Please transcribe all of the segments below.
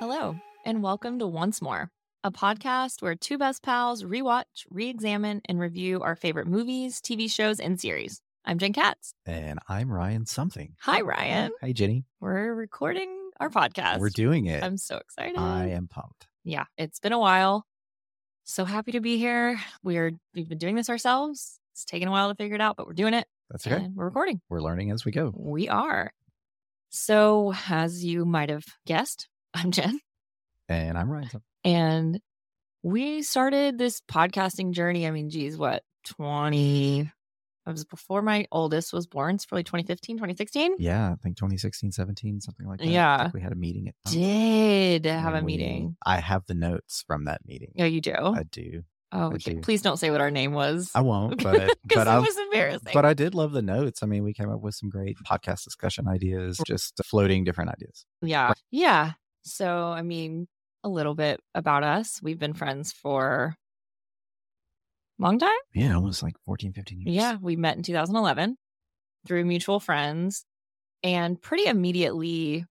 Hello, and welcome to Once More, a podcast where two best pals rewatch, re examine, and review our favorite movies, TV shows, and series. I'm Jen Katz. And I'm Ryan something. Hi, Ryan. Hi, Jenny. We're recording our podcast. We're doing it. I'm so excited. I am pumped. yeah, it's been a while. So happy to be here. We're we've been doing this ourselves. It's taken a while to figure it out, but we're doing it That's okay. and we're recording. We're learning as we go. We are. So, as you might have guessed, I'm Jen. And I'm Ryan. Something. And we started this podcasting journey. I mean, geez, what, 20? I was before my oldest was born. It's probably 2015, 2016. Yeah, I think 2016, 17, something like that. I Yeah. think we had a meeting at Did have a and we- meeting. I have the notes from that meeting. Oh, you do? I do. oh, I okay. do. Please don't say what our name was. I won't, but 'Cause but it I was embarrassing. But I did love the notes. I mean, we came up with some great podcast discussion ideas, just floating different ideas. yeah. Yeah. So, I mean, a little bit about us. We've been friends for long time. Yeah, almost like 14, 15 years. Yeah, we met in 2011 through mutual friends, and pretty immediately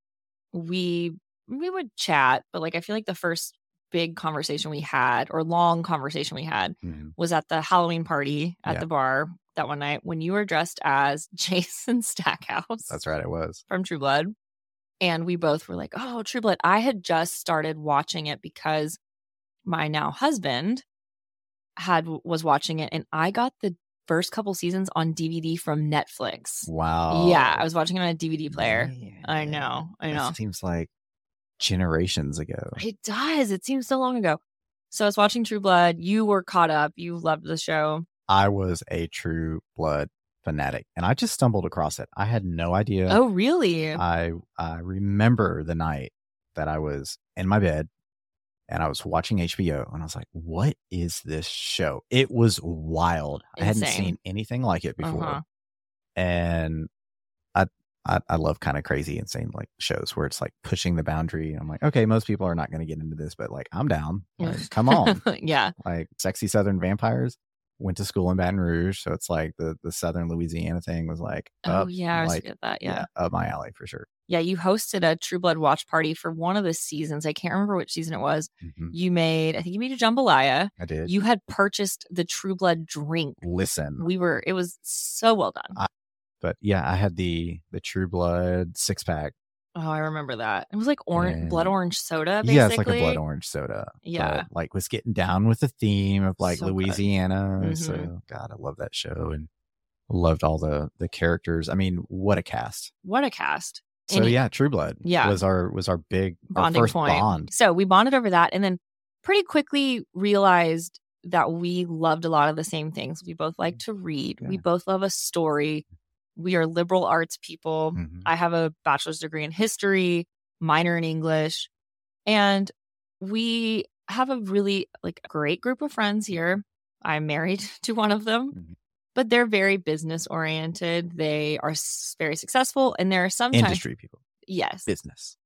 we we would chat, but like I feel like the first big conversation we had or long conversation we had Mhm. was at the Halloween party at Yeah. the bar that one night when you were dressed as Jason Stackhouse That's right. It was. from True Blood. And we both were like, oh, True Blood. I had just started watching it because my now husband had was watching it and I got the first couple seasons on DVD from Netflix. Wow. Yeah, I was watching it on a DVD player. I Man. know. I That know. seems like generations ago. It does. It seems so long ago. So I was watching True Blood. You were caught up. You loved the show. I was a true blood fanatic and I just stumbled across it. I had no idea. Oh, really? I I remember the night that I was in my bed and I was watching HBO and I was like, "What is this show?" It was wild. I hadn't Insane. seen anything like it before. Uh-huh. And I, I I love kind of crazy insane like shows where it's like pushing the boundary and I'm like, "Okay, most people are not going to get into this, but like I'm down. Like, come on." yeah. like sexy southern vampires went to school in Baton Rouge, so it's like the the southern Louisiana thing was like Oh, up, yeah. I was like good at that. yeah. yeah. up my alley for sure. Yeah, you hosted a True Blood watch party for one of the seasons. I can't remember which season it was. You made, I think you made a jambalaya. Mm-hmm. I did. You had purchased the True Blood drink. listen, We were, it was so well done. I- but yeah, I had the the True Blood six pack. Oh, I remember that. It was like orange, blood And- orange soda, basically. Yeah, it's like a blood orange soda. Yeah. but, like was getting down with the theme of like So good. Louisiana. Mhm. So God, I love that show and loved all the the characters. I mean, what a cast! What a cast. So And it- yeah, True Blood. Yeah. was our was our big Bonding our first point. bond. So we bonded over that and then pretty quickly realized that we loved a lot of the same things. We both like to read, we Mm. Yeah. both love a story. We are liberal arts people. Mhm. I have a bachelor's degree in history, minor in English, and we have a really like great group of friends here. I'm married to one of them, Mhm. but they're very business oriented. They are s- very successful, and there are sometimes Industry people, yes, business,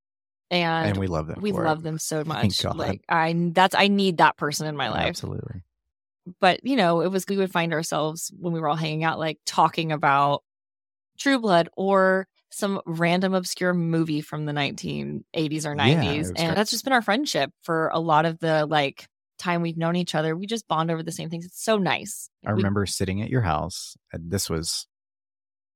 and, and, we love them. we for it. love them so Thank much. God. Like I, that's I need that person in my life. Absolutely. But you know, it was we would find ourselves when we were all hanging out, like talking about True Blood or some random obscure movie from the 1980s or Yeah, 90s. it was and great. that's just been our friendship for a lot of the like time we've known each other. We just bond over the same things. It's so nice. I We- remember sitting at your house. And this was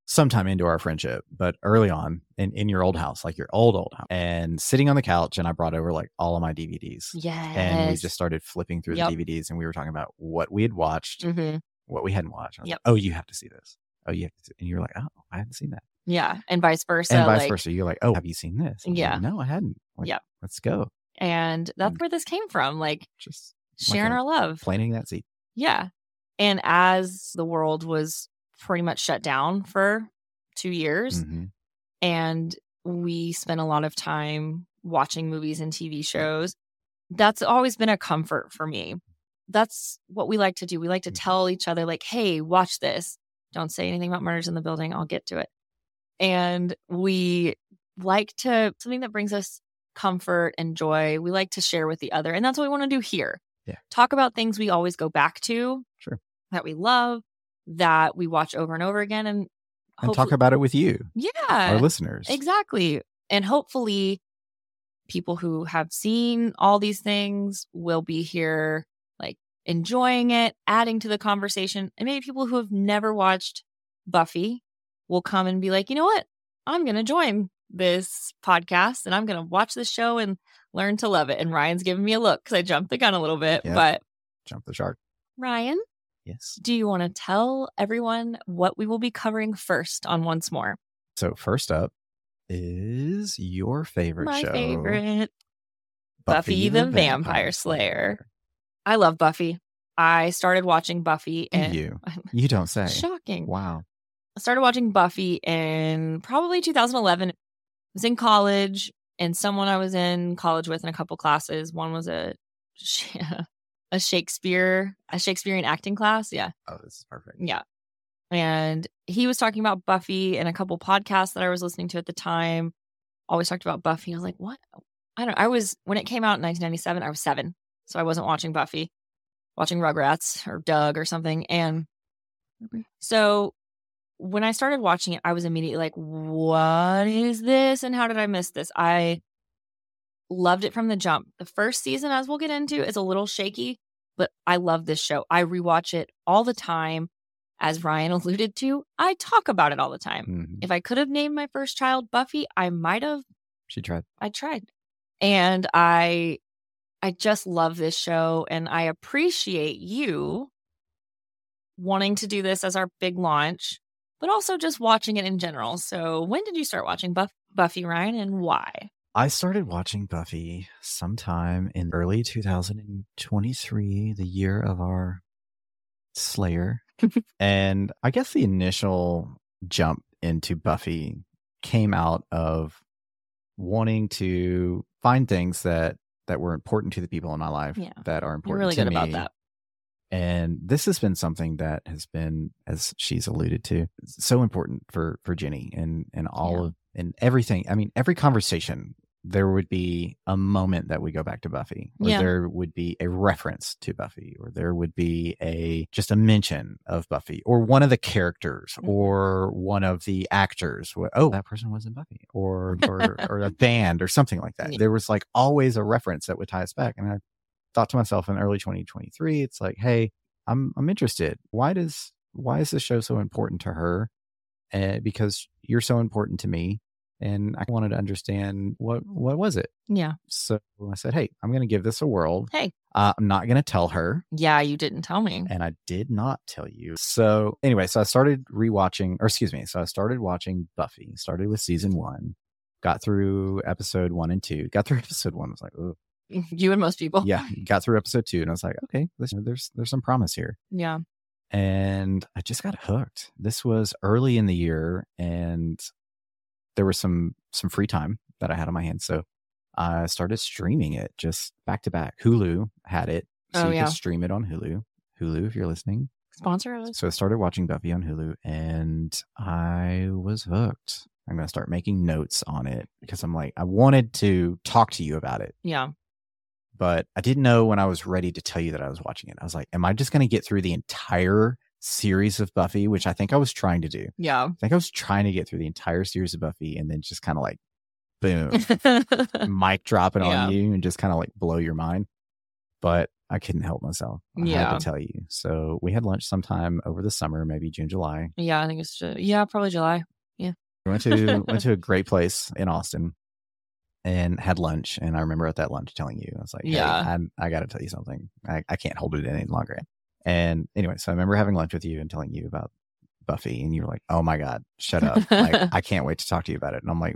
sometime into our friendship, but early on in, in your old house, like your old, old house, and sitting on the couch. And I brought over like all of my DVDs. yes. And we just started flipping through Yep. the DVDs and we were talking about what we had watched, Mhm. what we hadn't watched. I was Yep. like, oh, you have to see this. Oh, you have to see. And you were like, oh, I hadn't seen that. Yeah. And vice versa. and vice like- versa. You're like, oh, have you seen this? And I was like, Yeah. no, I hadn't. Like, Yep. Let's go. And that's Mm. where this came from. Like Just sharing a our love. planting that seed. Yeah. And as the world was pretty much shut down for two years, Mhm. and we spent a lot of time watching movies and TV shows. That's always been a comfort for me. That's what we like to do. We like to Mhm. tell each other, like, hey, watch this. Don't say anything about murders in the building. I'll get to it. And we like to, something that brings us comfort and joy we like to share with the other. And that's what we want to do here. Yeah. Talk about things we always go back to. Sure. That we love, that we watch over and over again. And, and hopefully- talk about it with you, yeah, our listeners. exactly. And hopefully, people who have seen all these things will be here, like enjoying it, adding to the conversation. And maybe people who have never watched Buffy will come and be like, you know what? I'm going to join this podcast and I'm going to watch this show and learn to love it. And Ryan's giving me a look because I jumped the gun a little bit. Yeah. But Jump the shark. Ryan, Yes. do you want to tell everyone what we will be covering first on Once More? So first up is your favorite My show, favorite. Buffy the Vampire Slayer. I love Buffy. I started watching Buffy Do and You, you don't say. shocking. Wow. I started watching Buffy in probably 2011. I was in college, and someone I was in college with in a couple classes. One was a sh- a Shakespeare a Shakespearean acting class. Yeah, Oh, this is perfect. yeah. And he was talking about Buffy and a couple podcasts that I was listening to at the time. Always talked about Buffy. I was like, what? I don't. I was when it came out in 1997. I was seven, so I wasn't watching Buffy, watching Rugrats or Doug or something. And so when I started watching it, I was immediately like, what is this? And how did I miss this? I loved it from the jump. The first season, as we'll get into, is a little shaky, but I love this show. I rewatch it all the time. As Ryan alluded to, I talk about it all the time. Mhm. If I could have named my first child Buffy, I might have. She tried. I tried. And I I just love this show and I appreciate you wanting to do this as our big launch, but also just watching it in general. So, when did you start watching Buff- Buffy Ryan and why? I started watching Buffy sometime in early 2023, the year of our Slayer. and I guess the initial jump into Buffy came out of wanting to find things that that were important to the people in my life Yeah. that are You're important really to good me. about that. and this has been something that has been as she's alluded to so important for for jenny and and all Yeah. of and everything i mean every conversation there would be a moment that we go back to buffy or Yeah. there would be a reference to buffy or there would be a just a mention of buffy or one of the characters Mhm. or one of the actors wh- oh that person was in buffy or or, or a band or something like that Yeah. there was like always a reference that would tie us back and i thought to myself in early 2023 it's like hey i'm i'm interested why does why is this show so important to her uh, because you're so important to me and i wanted to understand what what was it Yeah. so i said hey i'm going to give this a whirl Hey. uh, i'm not going to tell her Yeah, you didn't tell me. and i did not tell you so anyway so i started rewatching or excuse me so i started watching buffy started with season one got through episode one and two got through episode one I was like Ugh. You and most people. yeah got through episode two and i was like okay this, there's there's some promise here Yeah. and I just got hooked. This was early in the year, and there was some some free time that I had on my hands, so I started streaming it just back to back. Hulu had it, so Oh, you yeah. could stream it on Hulu. Hulu, if you're listening. Sponsor us. So I started watching Buffy on Hulu, and I was hooked. I'm gonna start making notes on it because I'm like, I wanted to talk to you about it Yeah. but I didn't know when I was ready to tell you that I was watching it. I was like, am I just going to get through the entire series of Buffy, which I think I was trying to do? Yeah. I think I was trying to get through the entire series of Buffy and then just kind of like, boom, yeah. mic drop it Yeah. on you and just kind of like blow your mind. But I couldn't help myself. I had Yeah. to tell you. So we had lunch sometime over the summer, maybe June, July. I think it's just, yeah, probably July. We went to went to a great place in Austin and had lunch. And I remember at that lunch telling you, I was like, Yeah. yeah, I'm, I got to tell you something. I, I can't hold it in any longer. And anyway, so I remember having lunch with you and telling you about Buffy, and you were like, "Oh my God, shut up! like, I can't wait to talk to you about it." And I'm like,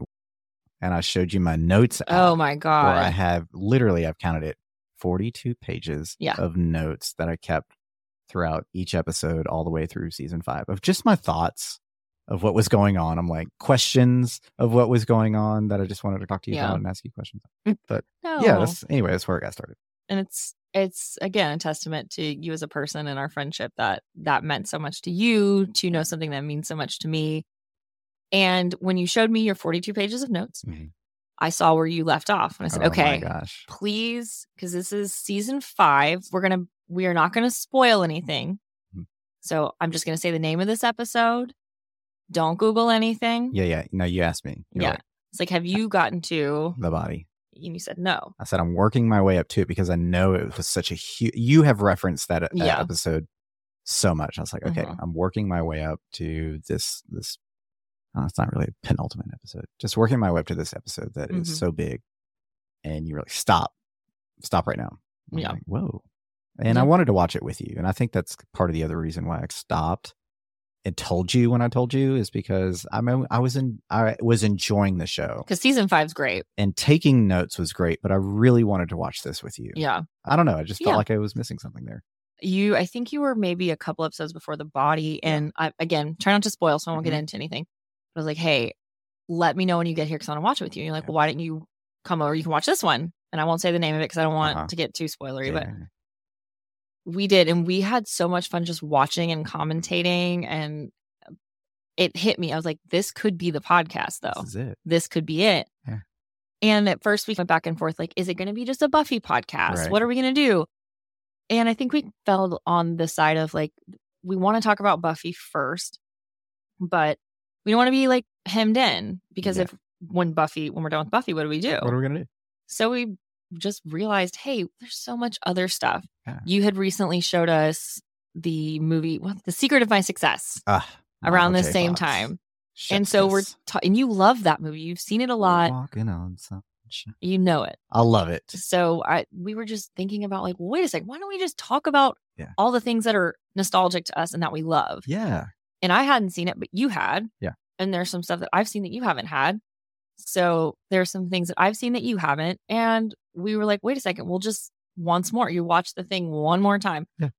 and I showed you my notes. Oh app my where I God. have literally I've counted it 42 pages Yeah. of notes that I kept throughout each episode all the way through season 5 of just my thoughts of what was going on. I'm like questions of what was going on that I just wanted to talk to you Yeah. Oh. about and ask you questions. No. Yeah, that's anyway, that's where I got started. and it's it's again a testament to you as a person and our friendship that that meant so much to you to Mm-hmm. know something that means so much to me and when you showed me your 42 pages of notes I saw where you left off. And I said, Mm-hmm. oh okay, my gosh. please, because this is season five, we're going to, we are not going to spoil anything. Mhm. So I'm just going to say the name of this episode. Don't Google anything. Yeah, yeah. No, you asked me. You're Yeah. right. It's like, have you gotten to, The body. and you said no. I said I'm working my way up to it because I know it was such a huge. You have referenced that uh, Yeah. episode so much. I was like, okay, Mhm. I'm working my way up to this. This oh, it's not really a penultimate episode. Just working my way up to this episode that is Mhm. so big, and you were like, stop, stop right now. I'm Yeah. like, Whoa. And I Yeah. wanted to watch it with you, and I think that's part of the other reason why I stopped and told you when I told you is because I'm I was in I was enjoying the show Because season five's great. and taking notes was great, but I really wanted to watch this with you. Yeah. I don't know. I just felt Yeah. like I was missing something there. You, I think you were maybe a couple episodes before the body. And I, again, try not to spoil so I won't Mhm. get into anything. But I was like, hey, let me know when you get here because I want to watch it with you. And you're like, Yeah. well, why don't you come over? You can watch this one. And I won't say the name of it because I don't want Uh-huh. to get too spoilery, but Yeah. we did and we had so much fun just watching and commentating and it hit me i was like this could be the podcast though This is it. this could be it Yeah. and at first we went back and forth like is it going to be just a buffy podcast Right. what are we going to do and i think we fell on the side of like we want to talk about buffy first but we don't want to be like hemmed in because Yeah. if when buffy when we're done with buffy what do we do What are we gonna do? so we just realized, hey, there's so much other stuff. Yeah. You had recently showed us the movie what, The Secret of My Success Ah, around the Michael J. same Fox. time. Chef's and so we're kiss. ta- and you love that movie. You've seen it a We're lot. Walking on sunshine. You know it. I love it. So I we were just thinking about like, well, wait a second, why don't we just talk about Yeah. all the things that are nostalgic to us and that we love? Yeah. and I hadn't seen it, but you had. Yeah. And there's some stuff that I've seen that you haven't had. So there's some things that I've seen that you haven't. And we were like, wait a second, we'll just once more. You watch the thing one more time. Yeah.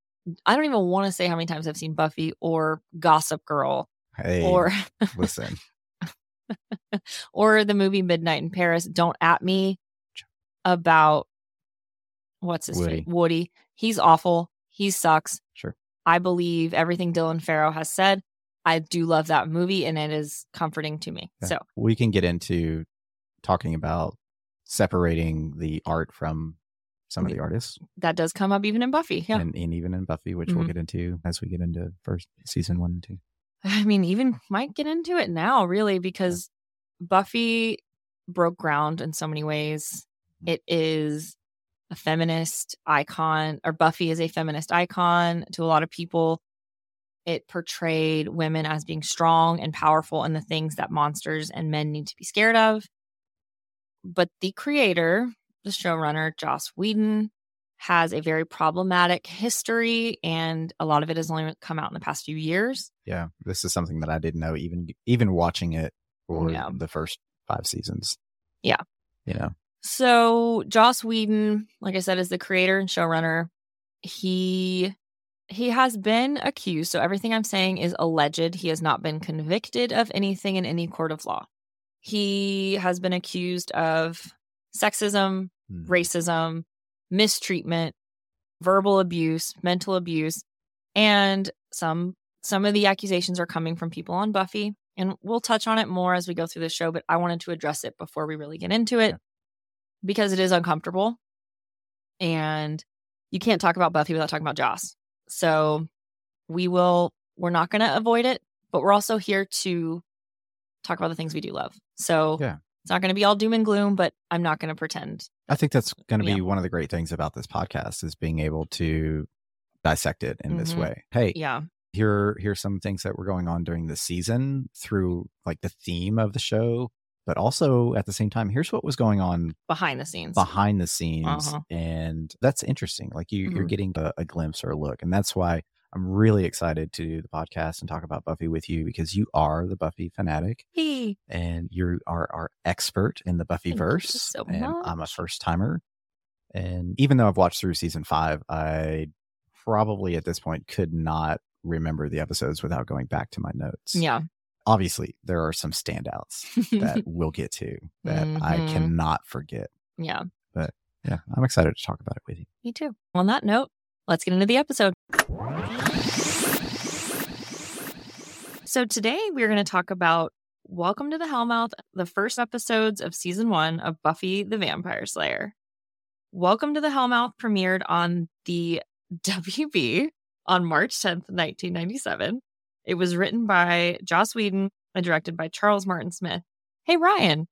I don't even want to say how many times I've seen Buffy or Gossip Girl Hey. or listen. or the movie Midnight in Paris. Don't at me about what's his Woody. name? Woody. He's awful. He sucks. Sure. I believe everything Dylan Farrow has said. I do love that movie and it is comforting to me. Yeah. So uh, We can get into talking about separating the art from some of We- the artists, that does come up even in Buffy. Yeah. and, and even in Buffy, which Mhm. we'll get into as we get into first season one and two. I mean, even might get into it now, really, because Buffy broke ground in so many ways. It is a feminist icon, or Buffy is a feminist icon to a lot of people. It portrayed women as being strong and powerful and the things that monsters and men need to be scared of. But the creator, the showrunner, Joss Whedon, has a very problematic history, and a lot of it has only come out in the past few years. Yeah, this is something that I didn't know even even watching it or Yeah. the first five seasons. Yeah. you know, So Joss Whedon, like I said, is the creator and showrunner. He he has been accused, so everything I'm saying is alleged. He has not been convicted of anything in any court of law. He has been accused of sexism, Mm. racism, mistreatment, verbal abuse, mental abuse, and some some of the accusations are coming from people on Buffy, and we'll touch on it more as we go through the show, but I wanted to address it before we really get into it Yeah. because it is uncomfortable. And you can't talk about Buffy without talking about Joss. So we will we're not going to avoid it, but we're also here to talk about the things we do love. So Yeah. it's not going to be all doom and gloom, but I'm not going to pretend I think that's going to be Yeah. one of the great things about this podcast is being able to dissect it in this Mhm. way. Hey, Yeah. here here's some things that were going on during the season through like the theme of the show, but also at the same time, here's what was going on Behind the scenes. behind the scenes Uh-huh. and that's interesting like you, you're Mhm. getting a, a glimpse or a look and that's why i'm really excited to do the podcast and talk about buffy with you because you are the buffy fanatic Hey. and you are our expert in the buffy verse so and i'm a much. first timer and even though i've watched through season five i probably at this point could not remember the episodes without going back to my notes Yeah. obviously there are some standouts that we'll get to that i Mhm. cannot forget yeah. yeah, I'm excited to talk about it with you. Me too. On that note, let's get into the episode. So today we're going to talk about Welcome to the Hellmouth, the first episodes of season one of Buffy the Vampire Slayer. Welcome to the Hellmouth premiered on the WB on March 10th, 1997. It was written by Joss Whedon and directed by Charles Martin Smith. Hey, Ryan,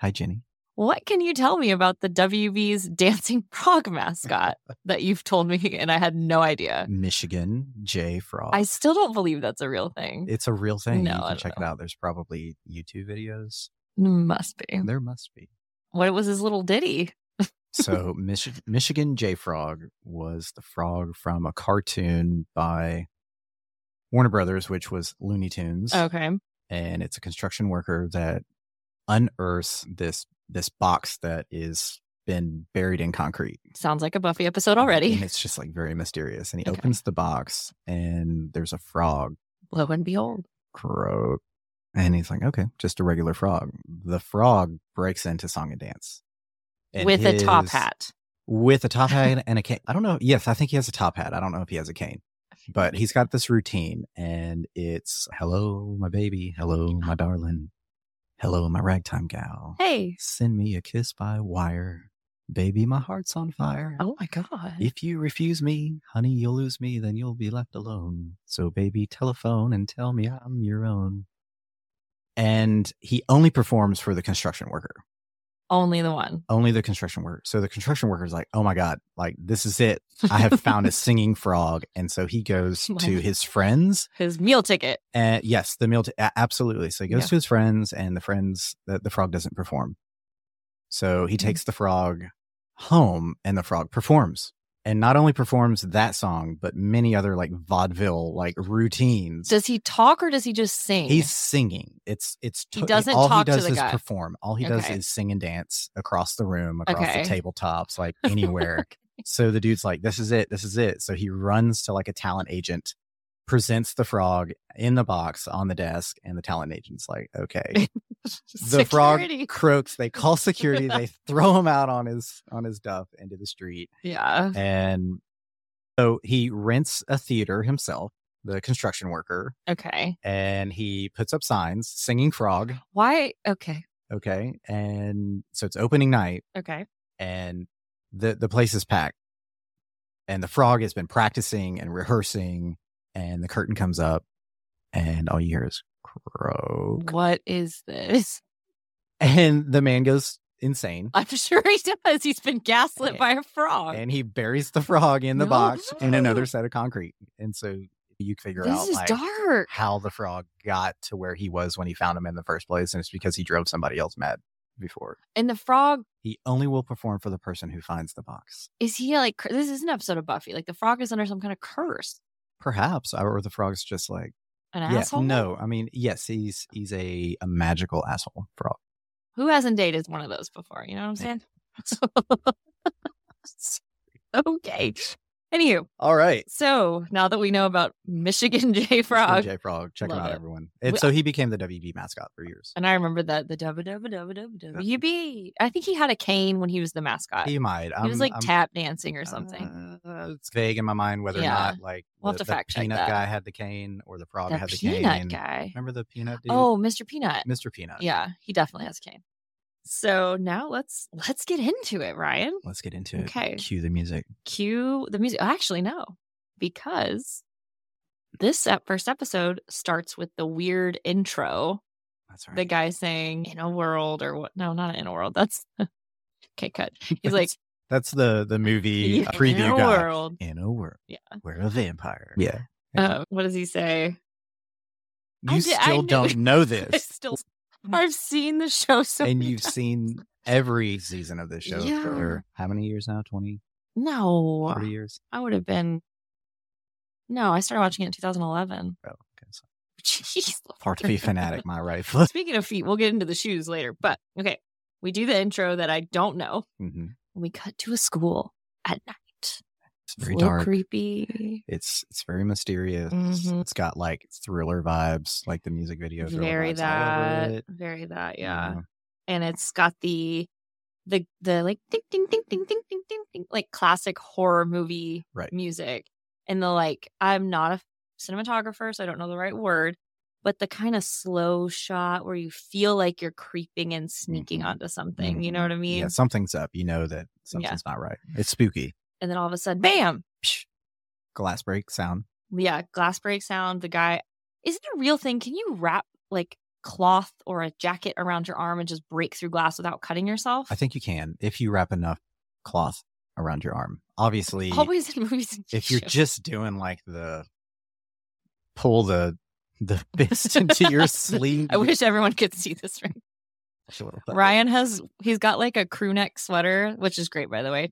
Hi, Jenny. what can you tell me about the WB's dancing frog mascot that you've told me and I had no idea? Michigan J Frog. I still don't believe that's a real thing. it's a real thing. No, you I can don't check it out. There's probably YouTube videos. Must be. There must be. What was his little ditty? So, Michi- Michigan J Frog was the frog from a cartoon by Warner Brothers, which was Looney Tunes. Okay. and it's a construction worker that unearths this this box that is been buried in concrete Sounds like a Buffy episode And already. it's just like very mysterious. And he Okay. opens the box and there's a frog Lo and behold. croak. And he's like, okay, just a regular frog. The frog breaks into song and dance. And with a top his- hat. With a top hat and a cane. I don't know. Yes, I think he has a top hat. I don't know if he has a cane. But he's got this routine and it's hello, my baby. Hello, my darling. Hello, my ragtime gal. Hey. Send me a kiss by wire. Baby, my heart's on fire. Oh my God. If you refuse me, honey, you'll lose me, then you'll be left alone. So, baby, telephone and tell me I'm your own. And he only performs for the construction worker, Only the one. only the construction worker. So the construction worker's like, oh my God, like this is it. I have found a singing frog. And so he goes My- to his friends. his meal ticket. And Eh, yes, the meal, t- a- absolutely. So he goes Yeah. to his friends, and the friends, the, the frog doesn't perform. So he Mhm. takes the frog home, and the frog performs. And not only performs that song, but many other like vaudeville like routines. Does he talk or does he just sing? He's singing. It's it's He to- doesn't all talk he to does the is guy. perform. All he does Okay. is sing and dance across the room, across Okay. the tabletops, like anywhere. So the dude's like, this is it. This is it. So he runs to like a talent agent, presents the frog in the box on the desk, and the talent agent's like, okay. The Security. frog croaks. They call security. they throw him out on his on his duff into the street. Yeah. And so he rents a theater himself, the construction worker, Okay. and he puts up signs singing frog. Why? Okay. Okay. And so it's opening night Okay. and the the place is packed and the frog has been practicing and rehearsing and the curtain comes up and all you hear is crow What is this? and the man goes insane I'm sure he does. He's been gaslit And- by a frog. and he buries the frog in the Uh, No. box in another set of concrete and so you figure This out is like, dark. how the frog got to where he was when he found him in the first place and it's because he drove somebody else mad before And the frog he only will perform for the person who finds the box is he like cur- this is an episode of Buffy. Like the frog is under some kind of curse. perhaps or the frog's just like An yeah, asshole. No, I mean, yes, he's he's a, a magical asshole frog. Who hasn't dated one of those before? You know what I'm saying? okay. Anywho, All right. so now that we know about Michigan J Frog, J Frog. Check him Love out, it. everyone. We- And so he became the WB mascot for years. And I remember that the WWWWB. I think he had a cane when he was the mascot. Uh, He He, might. I'm, was like I'm- tap dancing or something. uh, it's vague in my mind whether Yeah. or not like We'll have the, to the fact check peanut that. guy had the cane or the frog That had the peanut cane. guy. Remember the peanut dude? Oh, Mr. Peanut. Mr. Peanut. Yeah, he definitely has a cane. So now let's let's get into it, Ryan. Let's get into it. Okay. Cue the music. Cue the music. Actually, no, because this ep- first episode starts with the weird intro. That's right. The guy saying "in a world" or what? No, not "in a world." That's okay. Cut. He's like That's the the movie "In preview a guy. world. In a world. Yeah. We're a vampire. Yeah. Uh, what does he say? I You did- I still knew- don't know I this. still, I've seen the show so. and many you've times. seen every season of this show Yeah. for how many years now 20 no, 30 years I would have been. No, I started watching it in 2011. oh, okay, so Jeez, far to be fanatic my right foot Speaking of feet, we'll get into the shoes later. But okay, we do the intro that I don't know. hmm We cut to a school at night. it's It's very a little dark creepy. it's it's very mysterious Mhm. it's got like thriller vibes like the music video thriller Very vibes all over that. it, Very that. you Yeah. know. and it's got the the the like ding ding ding ding ding ding ding ding like classic horror movie Right. music and the like I'm not a cinematographer so I don't know the right word but the kind of slow shot where you feel like you're creeping and sneaking Mhm. onto something. You know what I mean? Yeah, something's up. You know that something's not right. It's spooky. And then all of a sudden, bam! Glass break sound. Yeah, glass break sound. The guy is it a real thing? Can you wrap like cloth or a jacket around your arm and just break through glass without cutting yourself? I think you can if you wrap enough cloth around your arm. Obviously, always in movies. And if you're shows. just doing like the pull the the fist into your sleeve, I wish everyone could see this right. It's a little thing. Ryan has he's got like a crew neck sweater, which is great by the way.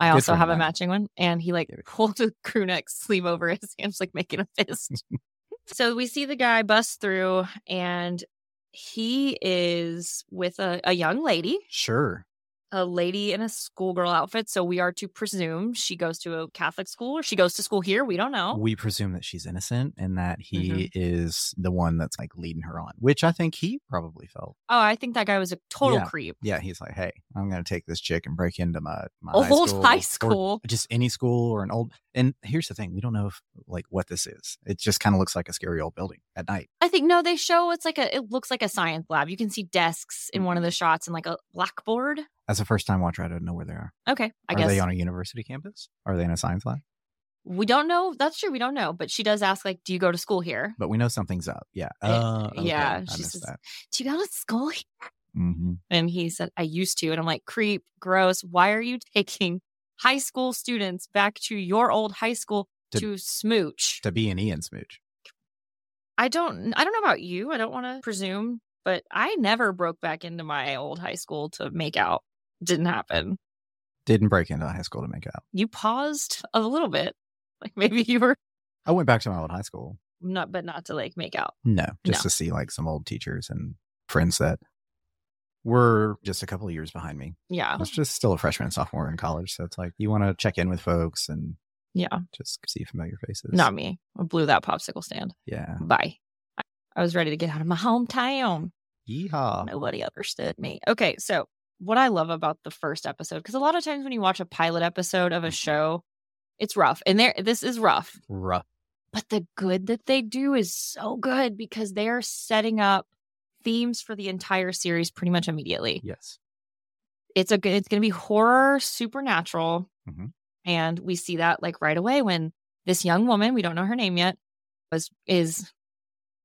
I Good also for have a him. matching one, and he like Give it- pulled the crew neck sleeve over his hands, like making a fist. so we see the guy bust through, and he is with a, a young lady, Sure. a lady in a schoolgirl outfit. So we are to presume she goes to a Catholic school or she goes to school here. We don't know. We presume that she's innocent and Mm-hmm. that he is the one that's like leading her on, which I think he probably felt. Oh, I think that guy was a total Yeah. creep. Yeah, he's like, hey, I'm going to take this chick and break into my, my Old high or school. just any school or an old. And here's the thing we don't know if like what this is. It just kind of looks like a scary old building at night. I think no, they show it's like a it looks like a science lab. You can see desks in one of the Mm-hmm. shots and like a blackboard. As a first time watcher, I don't know where they are. Okay, I are guess they on a university campus? Are they in a science lab? we don't know. That's true. We don't know, but she does ask like, "Do you go to school here? But we know something's up. Yeah. Uh, Uh, okay. yeah, I she missed says- that. Do you go to school?" here?" hmm And he said, "I used to." And I'm like, "Creep, gross. Why are you taking high school students back to your old high school To- to, smooch?" To be an Ian smooch. I don't. I don't know about you. I don't want to presume, but I never broke back into my old high school to make out. Didn't happen. Didn't break into high school to make out. You paused a little bit, like maybe you were I went back to my old high school. not but not to like make out. No, just No. to see like some old teachers and friends that were just a couple of years behind me. I Yeah. was just still a freshman and sophomore in college. So it's like you want to check in with folks and Yeah. just see familiar faces. Not me. I blew that popsicle stand. Yeah. Bye. I- I was ready to get out of my hometown. Yeehaw. Nobody understood me. Okay, so what I love about the first episode, because a lot of times when you watch a pilot episode of a show, it's rough. And there this is rough. Rough. But the good that they do is so good because they are setting up themes for the entire series pretty much immediately. Yes. it's a good it's going to be horror supernatural Mhm. and we see that like right away when this young woman we don't know her name yet was is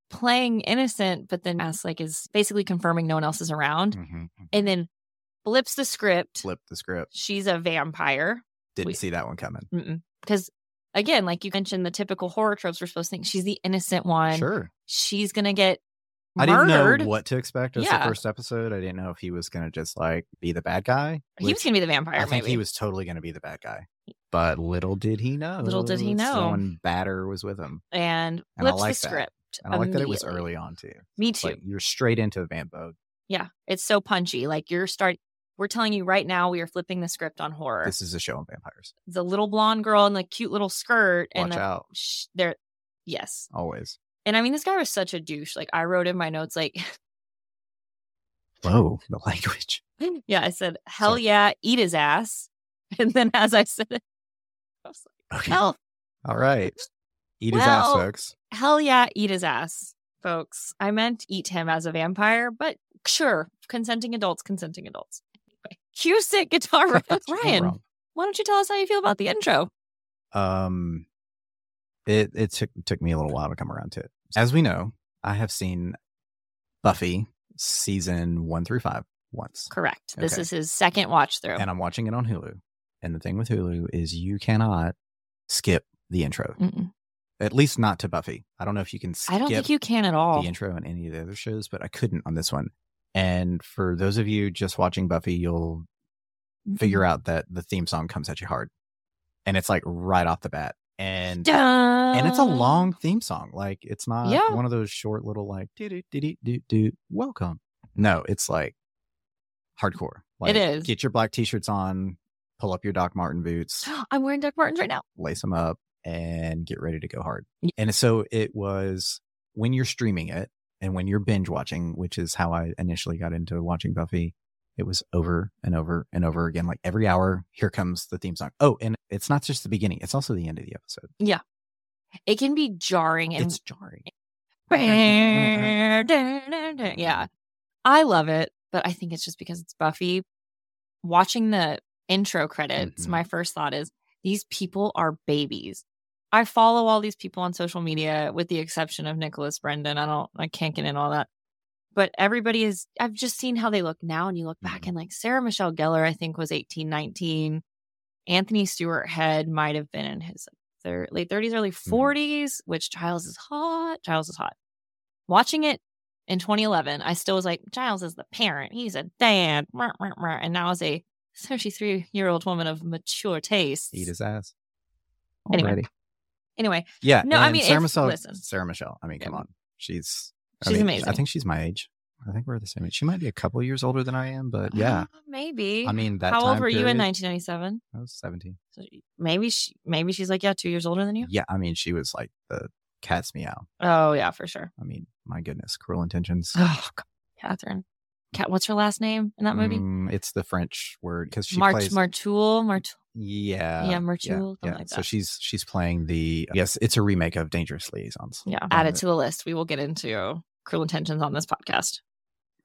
playing innocent but then asks like is basically confirming no one else is around Mhm. and then flips the script Flip the script. she's a vampire Didn't We- see that one coming. because again like you mentioned the typical horror tropes we're supposed to think she's the innocent one Sure. she's going to get I murdered didn't know what to expect as Yeah. the first episode. I didn't know if he was going to just like be the bad guy. he was which going to be the vampire I think maybe he was totally going to be the bad guy. But little did he know. Little did he know. Someone batter was with him. and And I flips like the that. script And I like that it was immediately. early on too. me It's too Like you're straight into the vamp mode. Yeah, it's so punchy. Like you're start. We're telling you right now, we are flipping the script on horror. This is a show on vampires. the little blonde girl in the cute little skirt and Watch the, out. sh- there, yes. Always. And I mean, this guy was such a douche. Like I wrote in my notes, like, Whoa, the language. yeah, I said, hell Sorry. yeah, eat his ass. And then as I said it, I was Okay. like, hell, All right. Eat his ass, Well- folks. hell yeah, eat his ass, folks. I meant eat him as a vampire, but sure, consenting adults, consenting adults. Anyway, cue sick guitar. You're Ryan, wrong. why don't you tell us how you feel about the intro? Um it it took took me a little while to come around to it. As we know, I have seen Buffy season one through five once. Correct. This Okay. is his second watch through. And I'm watching it on Hulu. And the thing with Hulu is you cannot skip the intro. Mm-mm. At least not to Buffy. I don't know if you can skip I don't think you can at all. the intro on any of the other shows, but I couldn't on this one. And for those of you just watching Buffy, you'll Mm-hmm. figure out that the theme song comes at you hard. And it's like right off the bat. And Dun. and it's a long theme song. Like it's not Uh-huh. Yeah. one of those short little like do do do do do do welcome. No, it's like hardcore. Like, is. Get your black t-shirts on, pull up your Doc Martin boots, I'm wearing Doc Martens right now. lace them up, and get ready to go hard. Yeah. And so it was when you're streaming it and when you're binge watching, which is how I initially got into watching Buffy. It was over and over and over again. Like every hour, here comes the theme song. Oh, and it's not just the beginning; it's also the end of the episode. It can be jarring, and it's jarring. Mm-hmm. yeah. I love it, but I think it's just because it's Buffy. Watching the intro credits, Mhm. my first thought is these people are babies. I follow all these people on social media with the exception of Nicholas Brendan. I don't I can't get in all that. But everybody is I've just seen how they look now and you look back Mhm. and like Sarah Michelle Gellar I think was 18, 19. Anthony Stewart Head might have been in his thir- late 30s, early Mm-hmm. 40s, which Giles is hot. Giles is hot. Watching it in 2011, I still was like, Giles is the parent. He's a dad. Rah, rah, rah. And now as a 33 year old woman of mature tastes. Eat his ass. Anyway. Alrighty. Anyway, Yeah. No, I and mean, Sarah if- Michelle. listen. Sarah Michelle. I mean, come Yeah. on. She's I she's mean, amazing. I think she's my age. I think we're the same age. She might be a couple years older than I am, but yeah. Uh, maybe. I mean, that How old time were you in period, 1997? I was 17. So maybe she, maybe she's like, yeah, two years older than you. Yeah. I mean, she was like the cat's meow. Oh, yeah, for sure. I mean, my goodness, cruel intentions. Oh, God. Catherine. Cat, what's her last name in that movie? Mm, it's the French word because she March, plays. Martul, Martul. yeah. yeah, Martul, something like So that. she's she's playing the yes, it's a remake of Dangerous Liaisons. Yeah. Um, Add it to the list. We will get into cruel intentions on this podcast.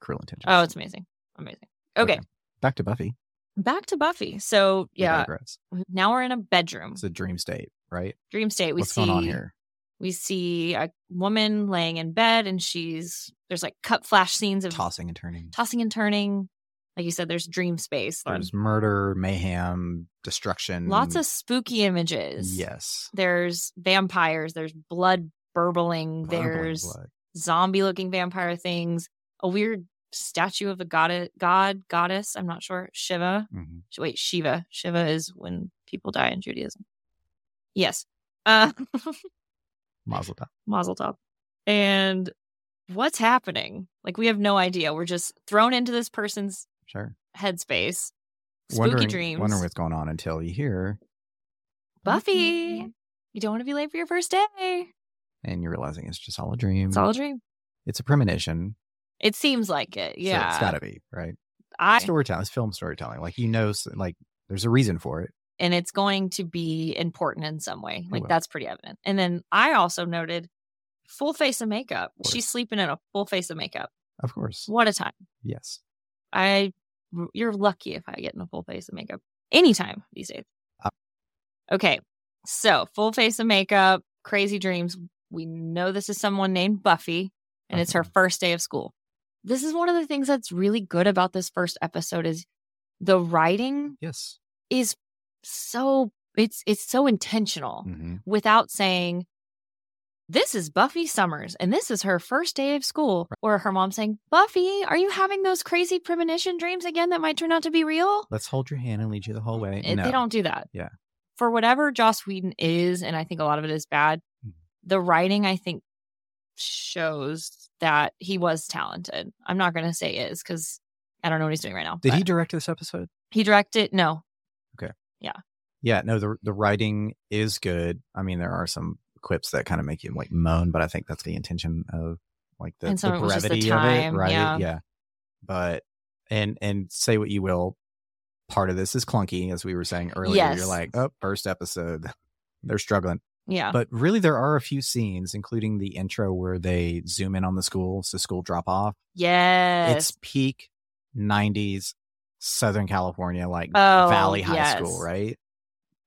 Cruel Intentions. Oh, it's amazing. Amazing. Okay. Back to Buffy. Back to Buffy. So, We yeah, digress. now we're in a bedroom. It's a dream state, right? Dream state. We What's see going on here? we see a woman laying in bed and she's there's like cut flash scenes of Tossing and turning. tossing and turning. Like you said there's dream space. There's murder, mayhem, destruction. Lots of spooky images. yes. There's vampires, there's blood burbling, Burbling there's blood. zombie looking vampire things, a weird statue of the god god goddess, I'm not sure, Shiva. Mhm. Sh- Wait, Shiva. Shiva is when people die in Judaism. Yes. Uh Mazel tov. Mazel tov. And what's happening? Like we have no idea. We're just thrown into this person's Sure. headspace. Spooky Wondering, dreams. Wondering what's going on until you hear Buffy, you don't want to be late for your first day. and you're realizing it's just all a dream. It's all a dream. It's a premonition. It seems like it. so Yeah. it's got to be, right? I storytelling. It's film storytelling. Like you know, s- like there's a reason for it. and it's going to be important in some way. Like will. that's pretty evident. And then I also noted full face of makeup. course. She's sleeping in a full face of makeup. Of course. What a time. Yes. I you're lucky if I get in a full face of makeup anytime these days. Uh- Okay. So, full face of makeup, crazy dreams. We know this is someone named Buffy and it's her Buffy. first day of school. This is one of the things that's really good about this first episode is the writing Yes. is so it's it's so intentional hmm without saying this is Buffy Summers and this is her first day of school. Or her mom saying, Buffy, are you having those crazy premonition dreams again that might turn out to be real? Let's hold your hand and lead you the whole way. Eh, no. They don't do that. Yeah. For whatever Joss Whedon is, and I think a lot of it is bad, Mhm. the writing, I think, shows that he was talented. I'm not going to say is because I don't know what he's doing right now. Did but he direct this episode? He directed, no, Yeah. No. The the writing is good. I mean, there are some quips that kind of make you like moan, but I think that's the intention of like the, And the some of it was just the brevity of time, it, right? yeah. But and and say what you will, part of this is clunky, as we were saying earlier. Yes. You're like, oh, first episode, they're struggling. yeah. But really, there are a few scenes, including the intro where they zoom in on the school, so school drop off. yes. It's peak 90s Southern California, like Oh, Valley High yes. School, right?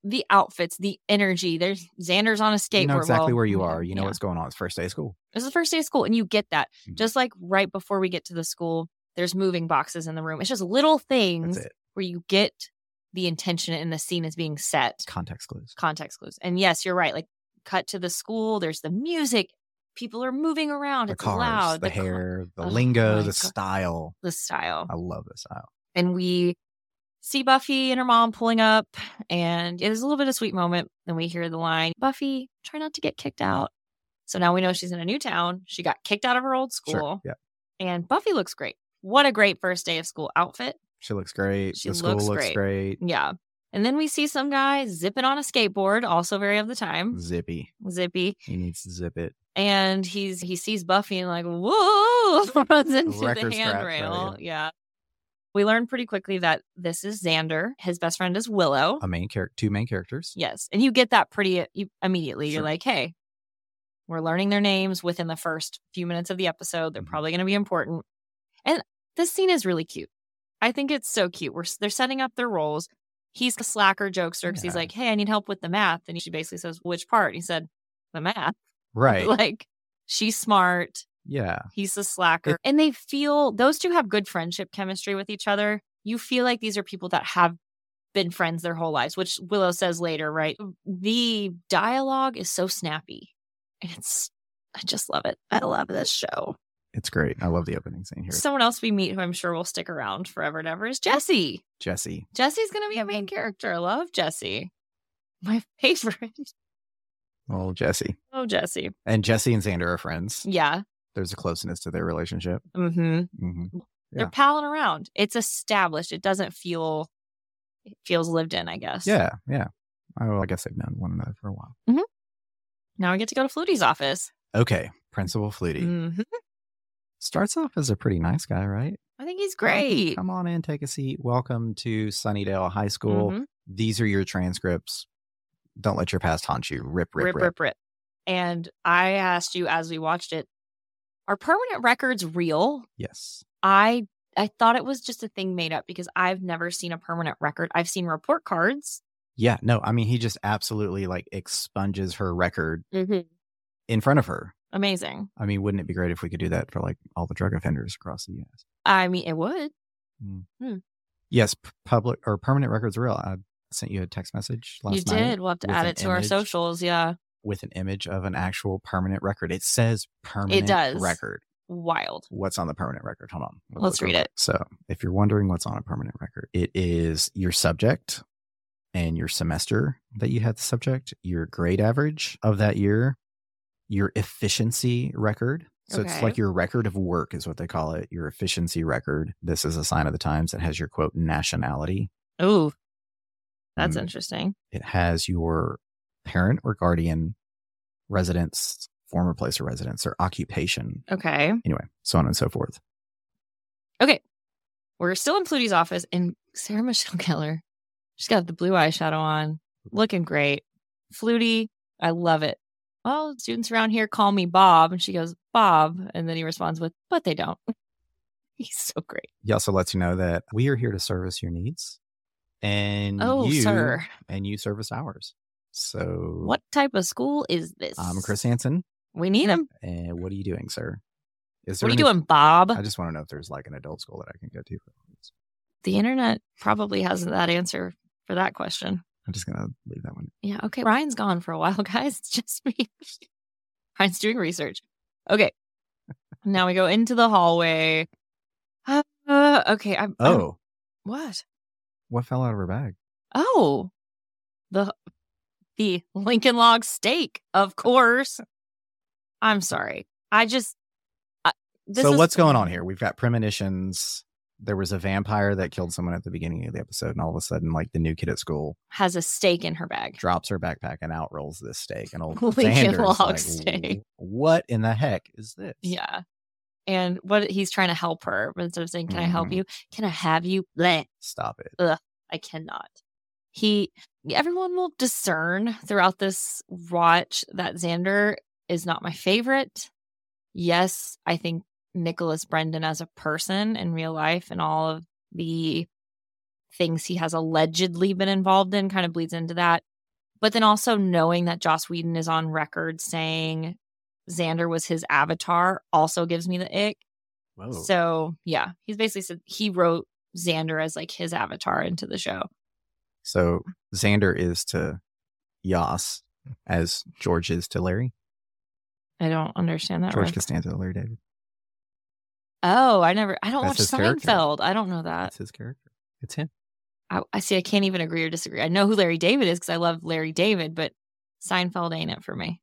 the outfits, the energy. There's Xander's on a skateboard. you know exactly well, where you yeah, are. You know Mm, yeah. what's going on. It's first day of school. This is the first day of school, and you get that. Mhm. Just like right before we get to the school, there's moving boxes in the room. It's just little That's things it. where you get the intention and the scene is being set. Context clues. Context clues. And yes, you're right. Like cut to the school. There's the music. People are moving around. The it's cars, loud. the, car- hair, the Oh my lingo, the God. style. the style. I love the style. and we see Buffy and her mom pulling up, and yeah, there's a little bit of sweet moment. Then we hear the line, "Buffy, try not to get kicked out." So now we know she's in a new town. She got kicked out of her old school, Sure. Yeah. and Buffy looks great. What a great first day of school outfit! She looks great. She the school looks looks, great. Yeah. And then we see some guy zipping on a skateboard, also very of the time, Zippy. zippy, He needs to zip it. and he's he sees Buffy and like whoa runs into the Wrecker strap, right, handrail. yeah. We learn pretty quickly that this is Xander. His best friend is Willow. A main character, two main characters. Yes. And you get that pretty you, immediately. You're Sure. like, hey, We're learning their names within the first few minutes of the episode. They're Mhm. probably going to be important. And this scene is really cute. I think it's so cute. We're s- they're setting up their roles. He's a slacker jokester because he's Yeah. like, "Hey, I need help with the math," and she basically says, "Which part?" He said, "The math." Right. Like she's smart. yeah. He's a slacker. and they feel those two have good friendship chemistry with each other. You feel like these are people that have been friends their whole lives, which Willow says later, right? The dialogue is so snappy. And it's I just love it. I love this show. It's great. I love the opening scene here. Someone else we meet who I'm sure will stick around forever and ever is Jesse. Jesse. Jesse's gonna be a main character. I love Jesse. My favorite. Well, Jesse. Oh, Jesse. And Jesse and Xander are friends. Yeah. There's a closeness to their relationship. Mm-hmm. hmm they're Yeah. palling around. It's established. It doesn't feel it feels lived in, I guess. Yeah. Yeah. Oh, well, I guess they've known one another for a while. Now we get to go to Flutie's office. Okay. Principal Flutie Mhm. starts off as a pretty nice guy, right? I think he's great. Come on in, take a seat. Welcome to Sunnydale High School. Mhm. These are your transcripts. Don't let your past haunt you. Rip, rip, Rip, rip. rip, rip, And I asked you as we watched it, are permanent records real? Yes. I I thought it was just a thing made up because I've never seen a permanent record. I've seen report cards. Yeah. No, I mean, he just absolutely like expunges her record Mm-hmm. in front of her. Amazing. I mean, wouldn't it be great if we could do that for like all the drug offenders across the U.S.? I mean, it would. Yes, p- public or permanent records are real. I sent you a text message last you night. did. We'll have to with add an it to our image- socials. Yeah. with an image of an actual permanent record. It says permanent does. record. Wild. What's on the permanent record? Hold on. We'll Let's look read real it. quick. So, if you're wondering what's on a permanent record, it is your subject and your semester that you had the subject, your grade average of that year, your efficiency record. So it's Okay. like your record of work is what they call it, your efficiency record. This is a sign of the times. It has your quote nationality. Ooh. That's Mm. interesting. It has your parent or guardian, residence, former place of residence, or occupation. Okay. Anyway, so on and so forth. we're still in Plutie's office, and Sarah Michelle Gellar, she's got the blue eyeshadow on, looking great. Flutie, I love it. Oh, students around here call me Bob, and she goes Bob, and then he responds with, "But they don't." He's so great. He also lets you know that we are here to service your needs, and Oh, you, sir, and you service ours. So what type of school is this? I'm Chris Hansen, We need him. and what are you doing, sir? Is What are you any- doing, Bob? I just want to know if there's like an adult school that I can go to. the internet probably has that answer for that question. I'm just gonna leave that one. Yeah. Okay. Ryan's gone for a while, guys. It's just me. Ryan's doing research. Okay. now we go into the hallway. Uh, okay. I'm, I'm- Oh, what? what fell out of her bag? Oh, the the Lincoln Log steak, of course. I'm sorry. I just. I, this so is- what's going on here? We've got premonitions. There was a vampire that killed someone at the beginning of the episode, and all of a sudden, like the new kid at school Has a steak in her bag. drops her backpack and out rolls this steak, and old Lincoln Xander's Log like, steak. What in the heck is this? Yeah. And what he's trying to help her, but instead of saying, "Can I help Mhm. you? Can I have you?" Bleh. stop it. I cannot. He, everyone will discern throughout this watch that Xander is not my favorite. Yes, I think Nicholas Brendan as a person in real life and all of the things he has allegedly been involved in kind of bleeds into that. But then also knowing that Joss Whedon is on record saying Xander was his avatar also gives me the ick. Whoa. So yeah, he's basically said he wrote Xander as like his avatar into the show. So Xander is to Yas as George is to Larry. I don't understand that. George ref- Costanza, to Larry David. oh, I never. I don't That's watch his character. Seinfeld. I don't know That's that. his character. It's him. I, I see. I can't even agree or disagree. I know who Larry David is because I love Larry David, but Seinfeld ain't it for me.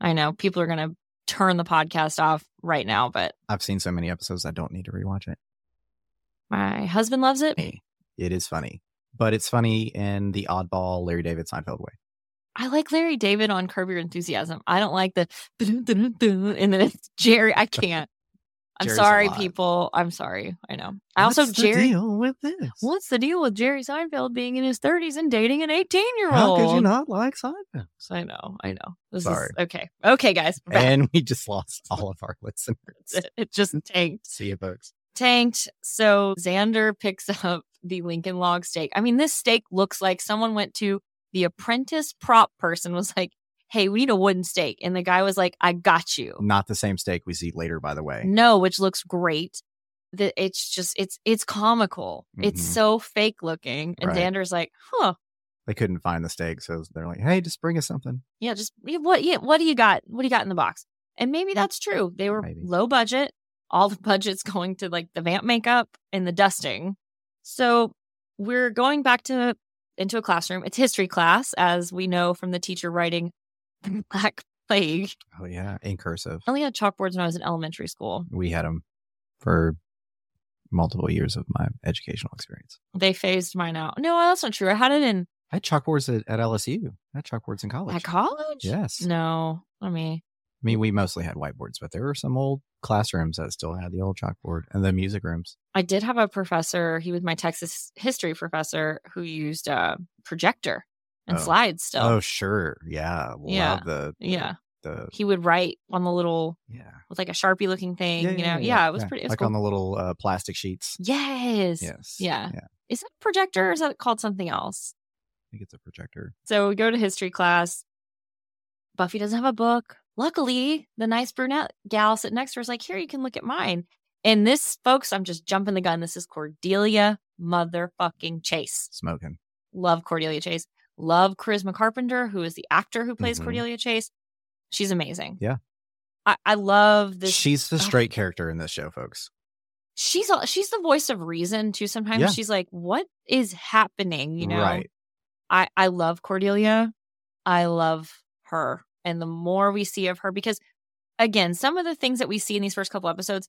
I know people are gonna turn the podcast off right now, but I've seen so many episodes I don't need to rewatch it. my husband loves it. Hey, it is funny. But it's funny in the oddball Larry David Seinfeld way. I like Larry David on Curb Your Enthusiasm. I don't like the and then it's Jerry. I can't. I'm Jerry's a sorry, lot. people. I'm sorry. I know. I also What's the Jerry. deal with this? What's the deal with Jerry Seinfeld being in his 30s and dating an 18 year How old? could you not like Seinfeld? I know. I know. This Sorry. is okay. Okay, guys. we're back. And we just lost all of our listeners. It- it just tanked. See you, folks. tanked. So Xander picks up the Lincoln log steak. I mean, this steak looks like someone went to the apprentice prop person was like, Hey, we need a wooden steak. And the guy was like, I got you. Not the same steak we see later, by the way. No, which looks great. That it's just it's it's comical. It's Mhm. so fake looking. And Right. Xander's like, huh. They couldn't find the steak, so they're like, "Hey, just bring us something." Yeah, just yeah, what yeah, what do you got? What do you got in the box? And maybe that's true. They were Maybe. low budget. All the budget's going to like the vamp makeup and the dusting. So we're going back to into a classroom. It's history class, as we know from the teacher writing the Black Plague. Oh yeah, in cursive. I only had chalkboards when I was in elementary school. We had them for multiple years of my educational experience. They phased mine out. No, that's not true. I had it in I had chalkboards at, at LSU. I had chalkboards in college. at college. Yes. No, I mean, I mean, we mostly had whiteboards, but there were some old classrooms that still had the old chalkboard and the music rooms. I did have a professor. He was my Texas history professor who used a projector and Oh. slides still. Oh, sure. Yeah. Love Yeah. The, Yeah. The, He would write on the little yeah. with like a sharpie looking thing, you know. Yeah, it was pretty. It was like cool. on the little uh, plastic sheets. yes. Yes. Yeah. Yeah. Is that a projector or is that called something else? I think it's a projector. So we go to history class. Buffy doesn't have a book. Luckily, the nice brunette gal sitting next to her is like, "Here, you can look at mine." And this, folks, I'm just jumping the gun. This is Cordelia motherfucking Chase. Smoking. Love Cordelia Chase. Love Charisma Carpenter, who is the actor who plays Mhm. Cordelia Chase. She's amazing. Yeah. I, I love this. She's the Ugh. straight character in this show, folks. she's a, she's the voice of reason too sometimes Yeah. she's like what is happening you know Right. i i love cordelia i love her and the more we see of her because again some of the things that we see in these first couple episodes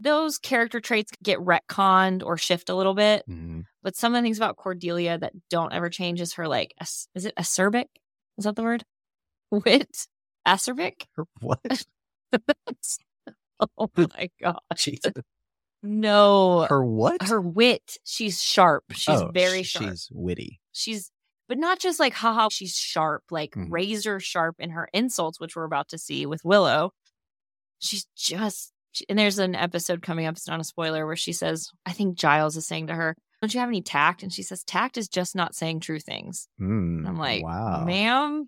those character traits get retconned or shift a little bit Mhm. but some of the things about cordelia that don't ever change is her like ac- is it acerbic is that the word wit acerbic Her- What? oh my god Jesus. no Her what? her wit she's sharp she's Oh, very sh- sharp She's witty. she's but not just like haha she's sharp like Mhm. razor sharp in her insults which we're about to see with willow she's just she- and there's an episode coming up it's not a spoiler where she says i think giles is saying to her don't you have any tact and she says tact is just not saying true things Mm, and i'm like wow. ma'am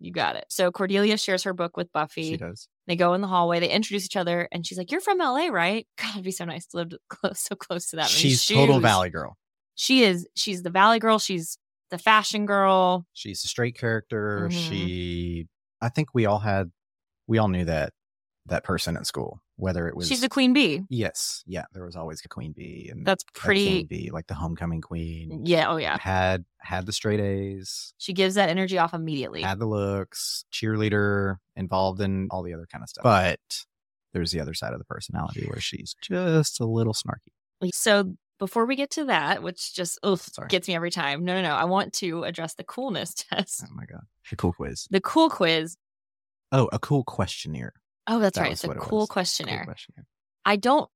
you got it so cordelia shares her book with buffy She does. they go in the hallway. They introduce each other, and she's like, "You're from LA, right? God, it'd be so nice to live close, so close to that." many She's total shoes." Valley girl. She is. She's the Valley girl. She's the fashion girl. She's a straight character. Mhm. She, I think we all had, we all knew that that person at school, whether it was she's the queen Mm, bee. Yes, yeah, there was always a queen bee and That's a king pretty. bee, like the homecoming queen. Yeah. Oh yeah. Had had the straight A's, She gives that energy off immediately. had the looks, cheerleader, involved in all the other kind of stuff. But there's the other side of the personality where she's just a little snarky. So before we get to that, which just ugh, Sorry. gets me every time. No, no, no. I want to address the coolness test, Oh my god, a cool quiz. the cool quiz. Oh, a cool questionnaire. Oh, that's That right. was It's a what it cool was. Cool questionnaire. questionnaire. I don't.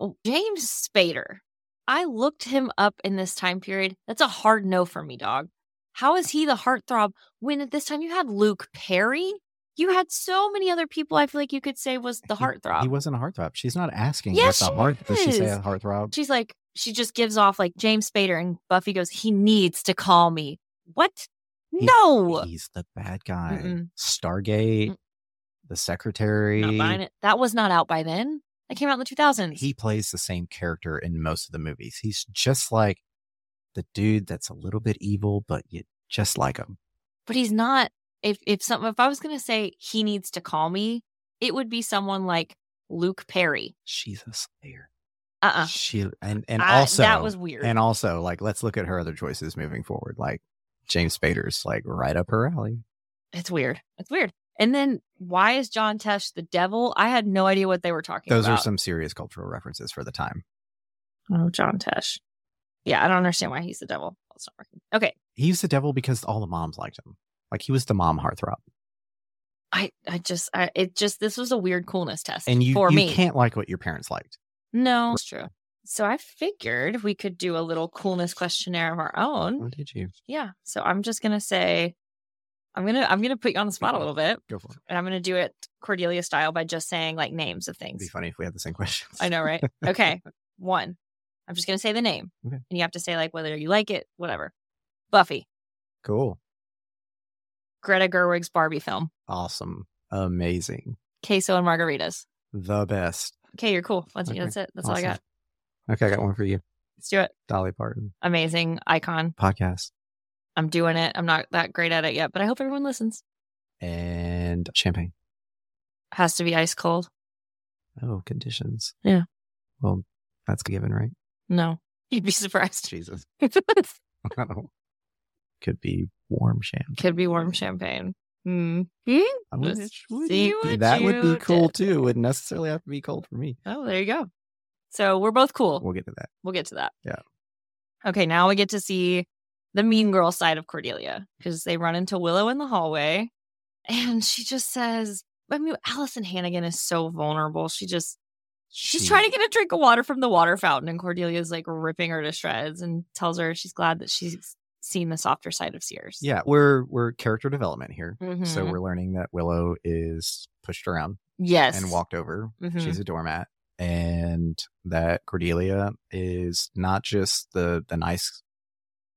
oh, James Spader. I looked him up in this time period. That's a hard no for me, dog. How is he the heartthrob when at this time you had Luke Perry? You had so many other people I feel like you could say was the He- heartthrob. He wasn't a heartthrob. She's not asking Yes, yes, what's a she heart. Does she say is. a heartthrob? She's like, she just gives off like James Spader, and Buffy goes, he needs to call me. What? He's- No. He's the bad guy. Mm-mm. Stargate, Mm. the secretary. Not buying it. That was not out by then. That came out in the 2000s. He plays the same character in most of the movies. He's just like the dude that's a little bit evil, but you just like him. but he's not if if some if I was gonna say he needs to call me, it would be someone like Luke Perry. She's a slayer. Uh uh She and and I- also that was weird. and also like let's look at her other choices moving forward. Like James Spader's like right up her alley. It's weird. It's weird. And then why is John Tesh the devil? I had no idea what they were talking Those about. are some serious cultural references for the time. Oh, John Tesh. Yeah, I don't understand why he's the devil. That's not working. Okay. He was the devil because all the moms liked him. Like he was the mom heartthrob. I I just I it just this was a weird coolness test And you, for you me. can't like what your parents liked. No, it's true. So I figured we could do a little coolness questionnaire of our own. What did you? Yeah. So I'm just gonna say, I'm gonna I'm gonna put you on the spot a little bit, Go for it. and I'm gonna do it Cordelia style by just saying like names of It'd be things. funny if we had the same questions. I know, right? Okay. One. I'm just gonna say the name, Okay. and you have to say like whether you like it, whatever. Buffy, Cool. Greta Gerwig's Barbie film, Awesome. Amazing. queso and margaritas. The best. Okay, you're cool. That's Okay, that's it. That's all I Awesome. got. Okay, I got one for you. Let's do it. Dolly Parton Amazing icon. podcast I'm doing it. I'm not that great at it yet, but I hope everyone listens. and champagne. Has to be ice cold. Oh, conditions. Yeah. Well, that's given, right? No, you'd be surprised. Jesus. Could I don't. Could be warm champagne. be warm champagne. Hmm. I would- Just would see you- what that would you be cool did too. Wouldn't necessarily have to be cold for me. Oh, there you go. So we're both cool. We'll get to that. We'll get to that. Yeah. Okay, now we get to see the mean girl side of Cordelia because they run into Willow in the hallway and she just says, I mean, Allison Hannigan is so vulnerable. She just She's trying to get a drink of water from the water fountain, and Cordelia's like ripping her to shreds and tells her she's glad that she's seen the softer side of Sears. Yeah, we're we're character development here. So Mhm. we're learning that Willow is pushed around yes, and walked over. Mhm. She's a doormat, and that Cordelia is not just the the nice,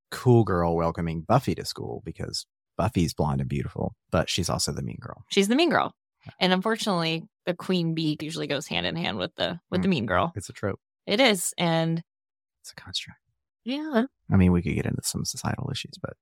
cool girl welcoming Buffy to school because Buffy's blonde and beautiful, but she's also the mean girl. She's the mean girl, and unfortunately, the queen bee usually goes hand in hand with the with the Mm. mean girl. It's a trope. It is, and It's a construct. yeah, I mean, we could get into some societal issues, but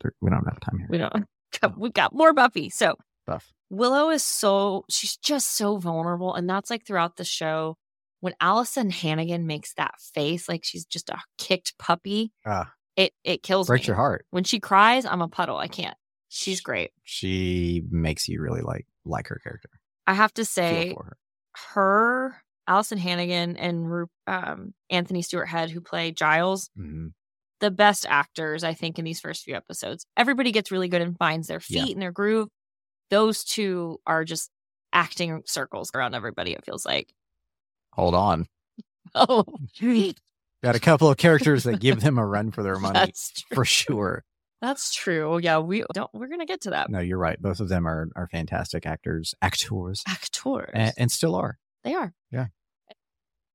there- we don't have time here. we don't. Oh. We've got more Buffy. So Buff. Willow is so she's just so vulnerable, and that's like throughout the show. When Allison Hannigan makes that face, like she's just a kicked puppy, Ah. it it kills Breaks me. your heart. When she cries, I'm a puddle. I can't. She's great. She makes you really like like her character. I have to Feel say, for her. her, Allison Hannigan, and Ru- um, Anthony Stewart Head, who play Giles, Mhm. the best actors, I think, in these first few episodes. Everybody gets really good and finds their feet Yeah. and their groove. Those two are just acting circles around everybody, it feels like. Hold on. Oh, Got a couple of characters that give them a run for their money that's true. for sure. That's true. Yeah, we don't, we're going to get to that. No, you're right. Both of them are are fantastic actors, actors, Actors. and, and still are. They are. Yeah.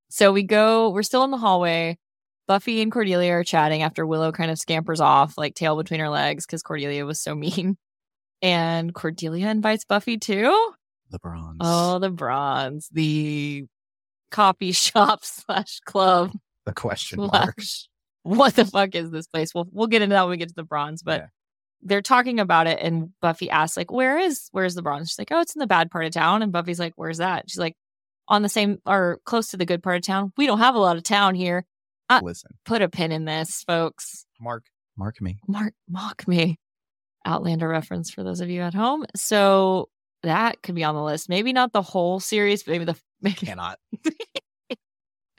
So we go, we're still in the hallway. Buffy and Cordelia are chatting after Willow kind of scampers off, like tail between her legs, because Cordelia was so mean. And Cordelia invites Buffy too. The bronze. Oh, the bronze, the coffee shop slash club. the question mark. Slash, what the fuck is this place? We'll we'll get into that when we get to the bronze, but Yeah. they're talking about it and Buffy asks, like, where is where's the bronze? She's like, Oh, it's in the bad part of town. And Buffy's like, Where's that? She's like, on the same or close to the good part of town. We don't have a lot of town here. Uh, Listen, Put a pin in this, folks. Mark, Mark me. Mark mock me. Outlander reference for those of you at home. So that could be on the list. Maybe not the whole series, but maybe the maybe, Cannot.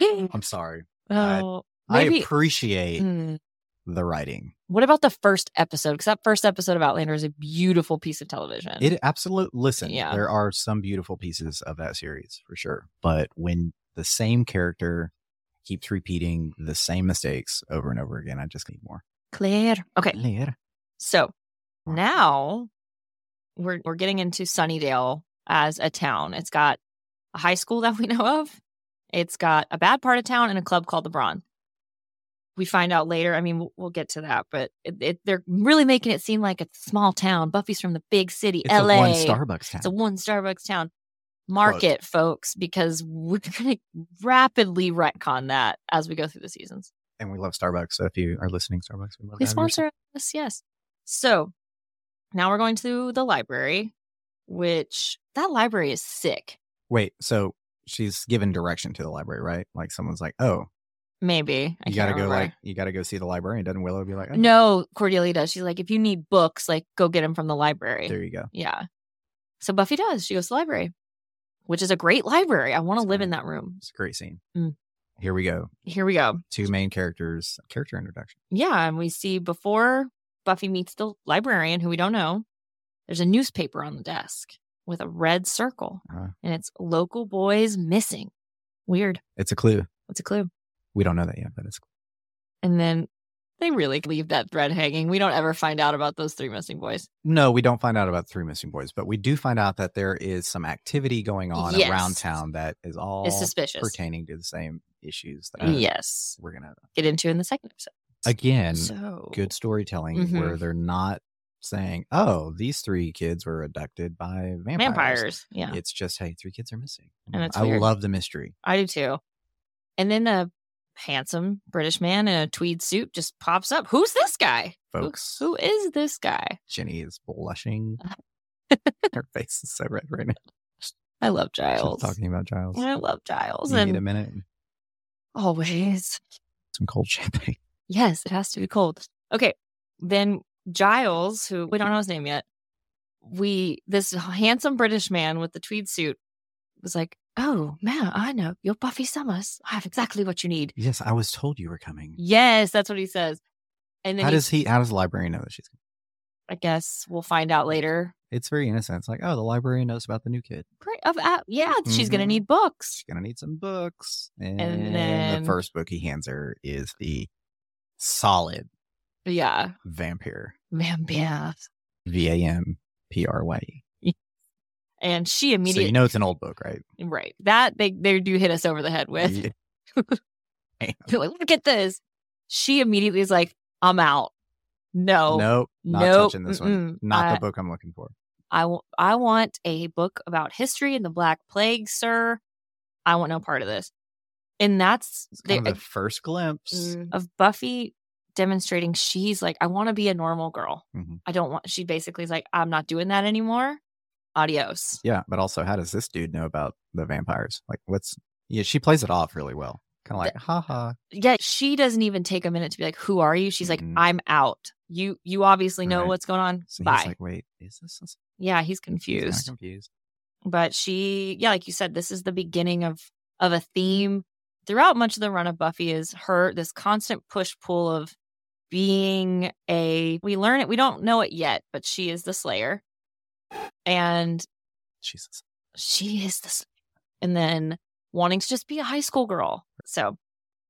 I'm sorry. I- oh, maybe I appreciate Mm. the writing. What about the first episode? Because that first episode of Outlander is a beautiful piece of television. It absolutely listen. Yeah. There are some beautiful pieces of that series for sure, but when the same character keeps repeating the same mistakes over and over again, I just need more. Claire. Okay, Later. so now we're we're getting into Sunnydale as a town. It's got a high school that we know of. It's got a bad part of town and a club called the Bronze. We find out later. I mean, we'll- we'll get to that, but it, it, they're really making it seem like it's a small town. Buffy's from the big city, It's L.A. a one Starbucks town. It's a one Starbucks town. Mark Quote. it, folks, because we're going to rapidly retcon that as we go through the seasons. and we love Starbucks. So if you are listening, Starbucks, we love They to have your sponsor us, yes. So now we're going to the library, which that library is sick. Wait, so she's given direction to the library, right? Like someone's like, "Oh, Maybe I you gotta can't go remember. like you gotta go see the librarian." Doesn't Willow be like, oh, no, Cordelia does. She's like, if you need books, like go get them from the library. There you go. Yeah. So Buffy does. She goes to the library, which is a great library. I want to It's live great. in that room. It's a great scene. Mm. Here we go. Here we go. Two main characters. Character introduction. Yeah, and we see before Buffy meets the librarian, who we don't know, there's a newspaper on the desk. with a red circle Uh, and it's local boys missing. Weird. it's a clue. What's a clue? We don't know that yet, but it's And then they really leave that thread hanging. We don't ever find out about those three missing boys. no, we don't find out about three missing boys, but we do find out that there is some activity going on Yes. around town that is all it's suspicious. pertaining to the same issues that yes. we're gonna Get into in the second episode. again so good storytelling Mhm. where they're not saying, "Oh, these three kids were abducted by vampires." Vampires. Yeah. It's just hey, three kids are missing. And it's I weird. love the mystery. I do too. And then a handsome British man in a tweed suit just pops up. Who's this guy? Who- Folks, who is this guy? Jenny is blushing. Her face is so red right now. I love She's Giles. talking about Giles. I love Giles. You need a And minute. always. Some cold champagne. Yes, it has to be cold. Okay. Then Giles, who we don't know his name yet, we this handsome British man with the tweed suit was like, Oh, man, I know. You're Buffy Summers. I have exactly what you need. Yes, I was told you were coming. Yes, that's what he says. And then How he- does he? How does the librarian know that she's? coming? I guess we'll find out later. It's very innocent. It's like, oh, the librarian knows about the new kid. Great. Of, uh, yeah, she's going to Mhm. need books. She's gonna need some books. And, then- the first book he hands her is the solid Yeah. vampire. Vampire. V A M P R Y E. And she So immediately, you know it's an old book, right? right. That they, they do hit us over the head with. Yeah. They're like, look at this. She immediately is like, I'm out. No, nope, not Nope. touching this one. Mm-mm. Not I- the book I'm looking for. I wa- I want a book about history and the Black Plague, sir. I want no part of this. And that's It's the, mm, kind of the first glimpse. of Buffy demonstrating she's like, I want to be a normal girl. Mhm. I don't want, she basically is like, I'm not doing that anymore. Adios. Yeah, but also, how does this dude know about the vampires? Like, what's? Yeah, she plays it off really well. Kind of like, ha ha. Yeah, she doesn't even take a minute to be like, Who are you? She's Mhm. like, I'm out. You you obviously know Right. what's going on. So Bye. he's like, wait, is this? this- yeah, he's he's kinda confused. confused. but she yeah like you said this is the beginning of of a theme throughout much of the run of buffy is her this constant push pull of being a we learn it we don't know it yet but she is the slayer and Jesus. she is the slayer and then wanting to just be a high school girl so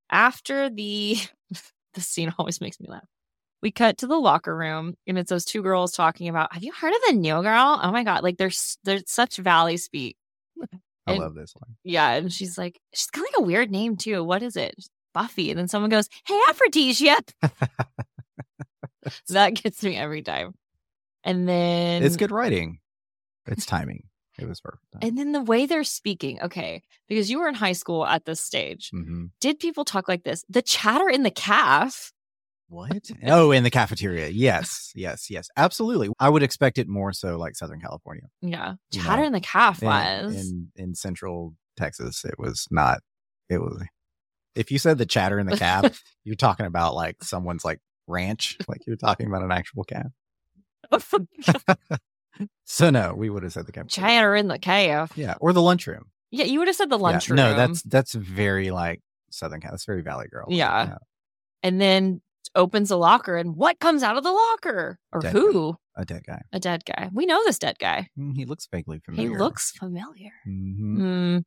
after the the scene always makes me laugh we cut to the locker room and it's those two girls talking about have you heard of the new girl oh my god like they're s- they're such valley speak I And- love this one. yeah, and she's like, she's got like a weird name too. What is it? Buffy. And then someone goes, Hey, Aphrodisia. that gets me every time. And then it's good writing. It's timing. It was perfect. And then the way they're speaking, okay, because you were in high school at this stage. Mhm. Did people talk like this? The chatter in the calf. What? oh, in the cafeteria. Yes, yes, yes. Absolutely. I would expect it more so like Southern California. Yeah. Yeah. Chatter in the calf in, was. in in central Texas. It was not. It was. If you said the chatter in the cab, you're talking about like someone's like ranch, like you're talking about an actual cab. So no, we would have said the cab. chatter in the calf. Yeah, or the lunchroom. Yeah, you would have said the Yeah, lunchroom. No, that's that's very like Southern Cal. That's very Valley Girl. Yeah. and then opens the locker and what comes out of the locker? Or Dead who? a dead guy. A dead guy. We know this dead guy. Mm, He looks vaguely He familiar. looks familiar. Mhm. Mm.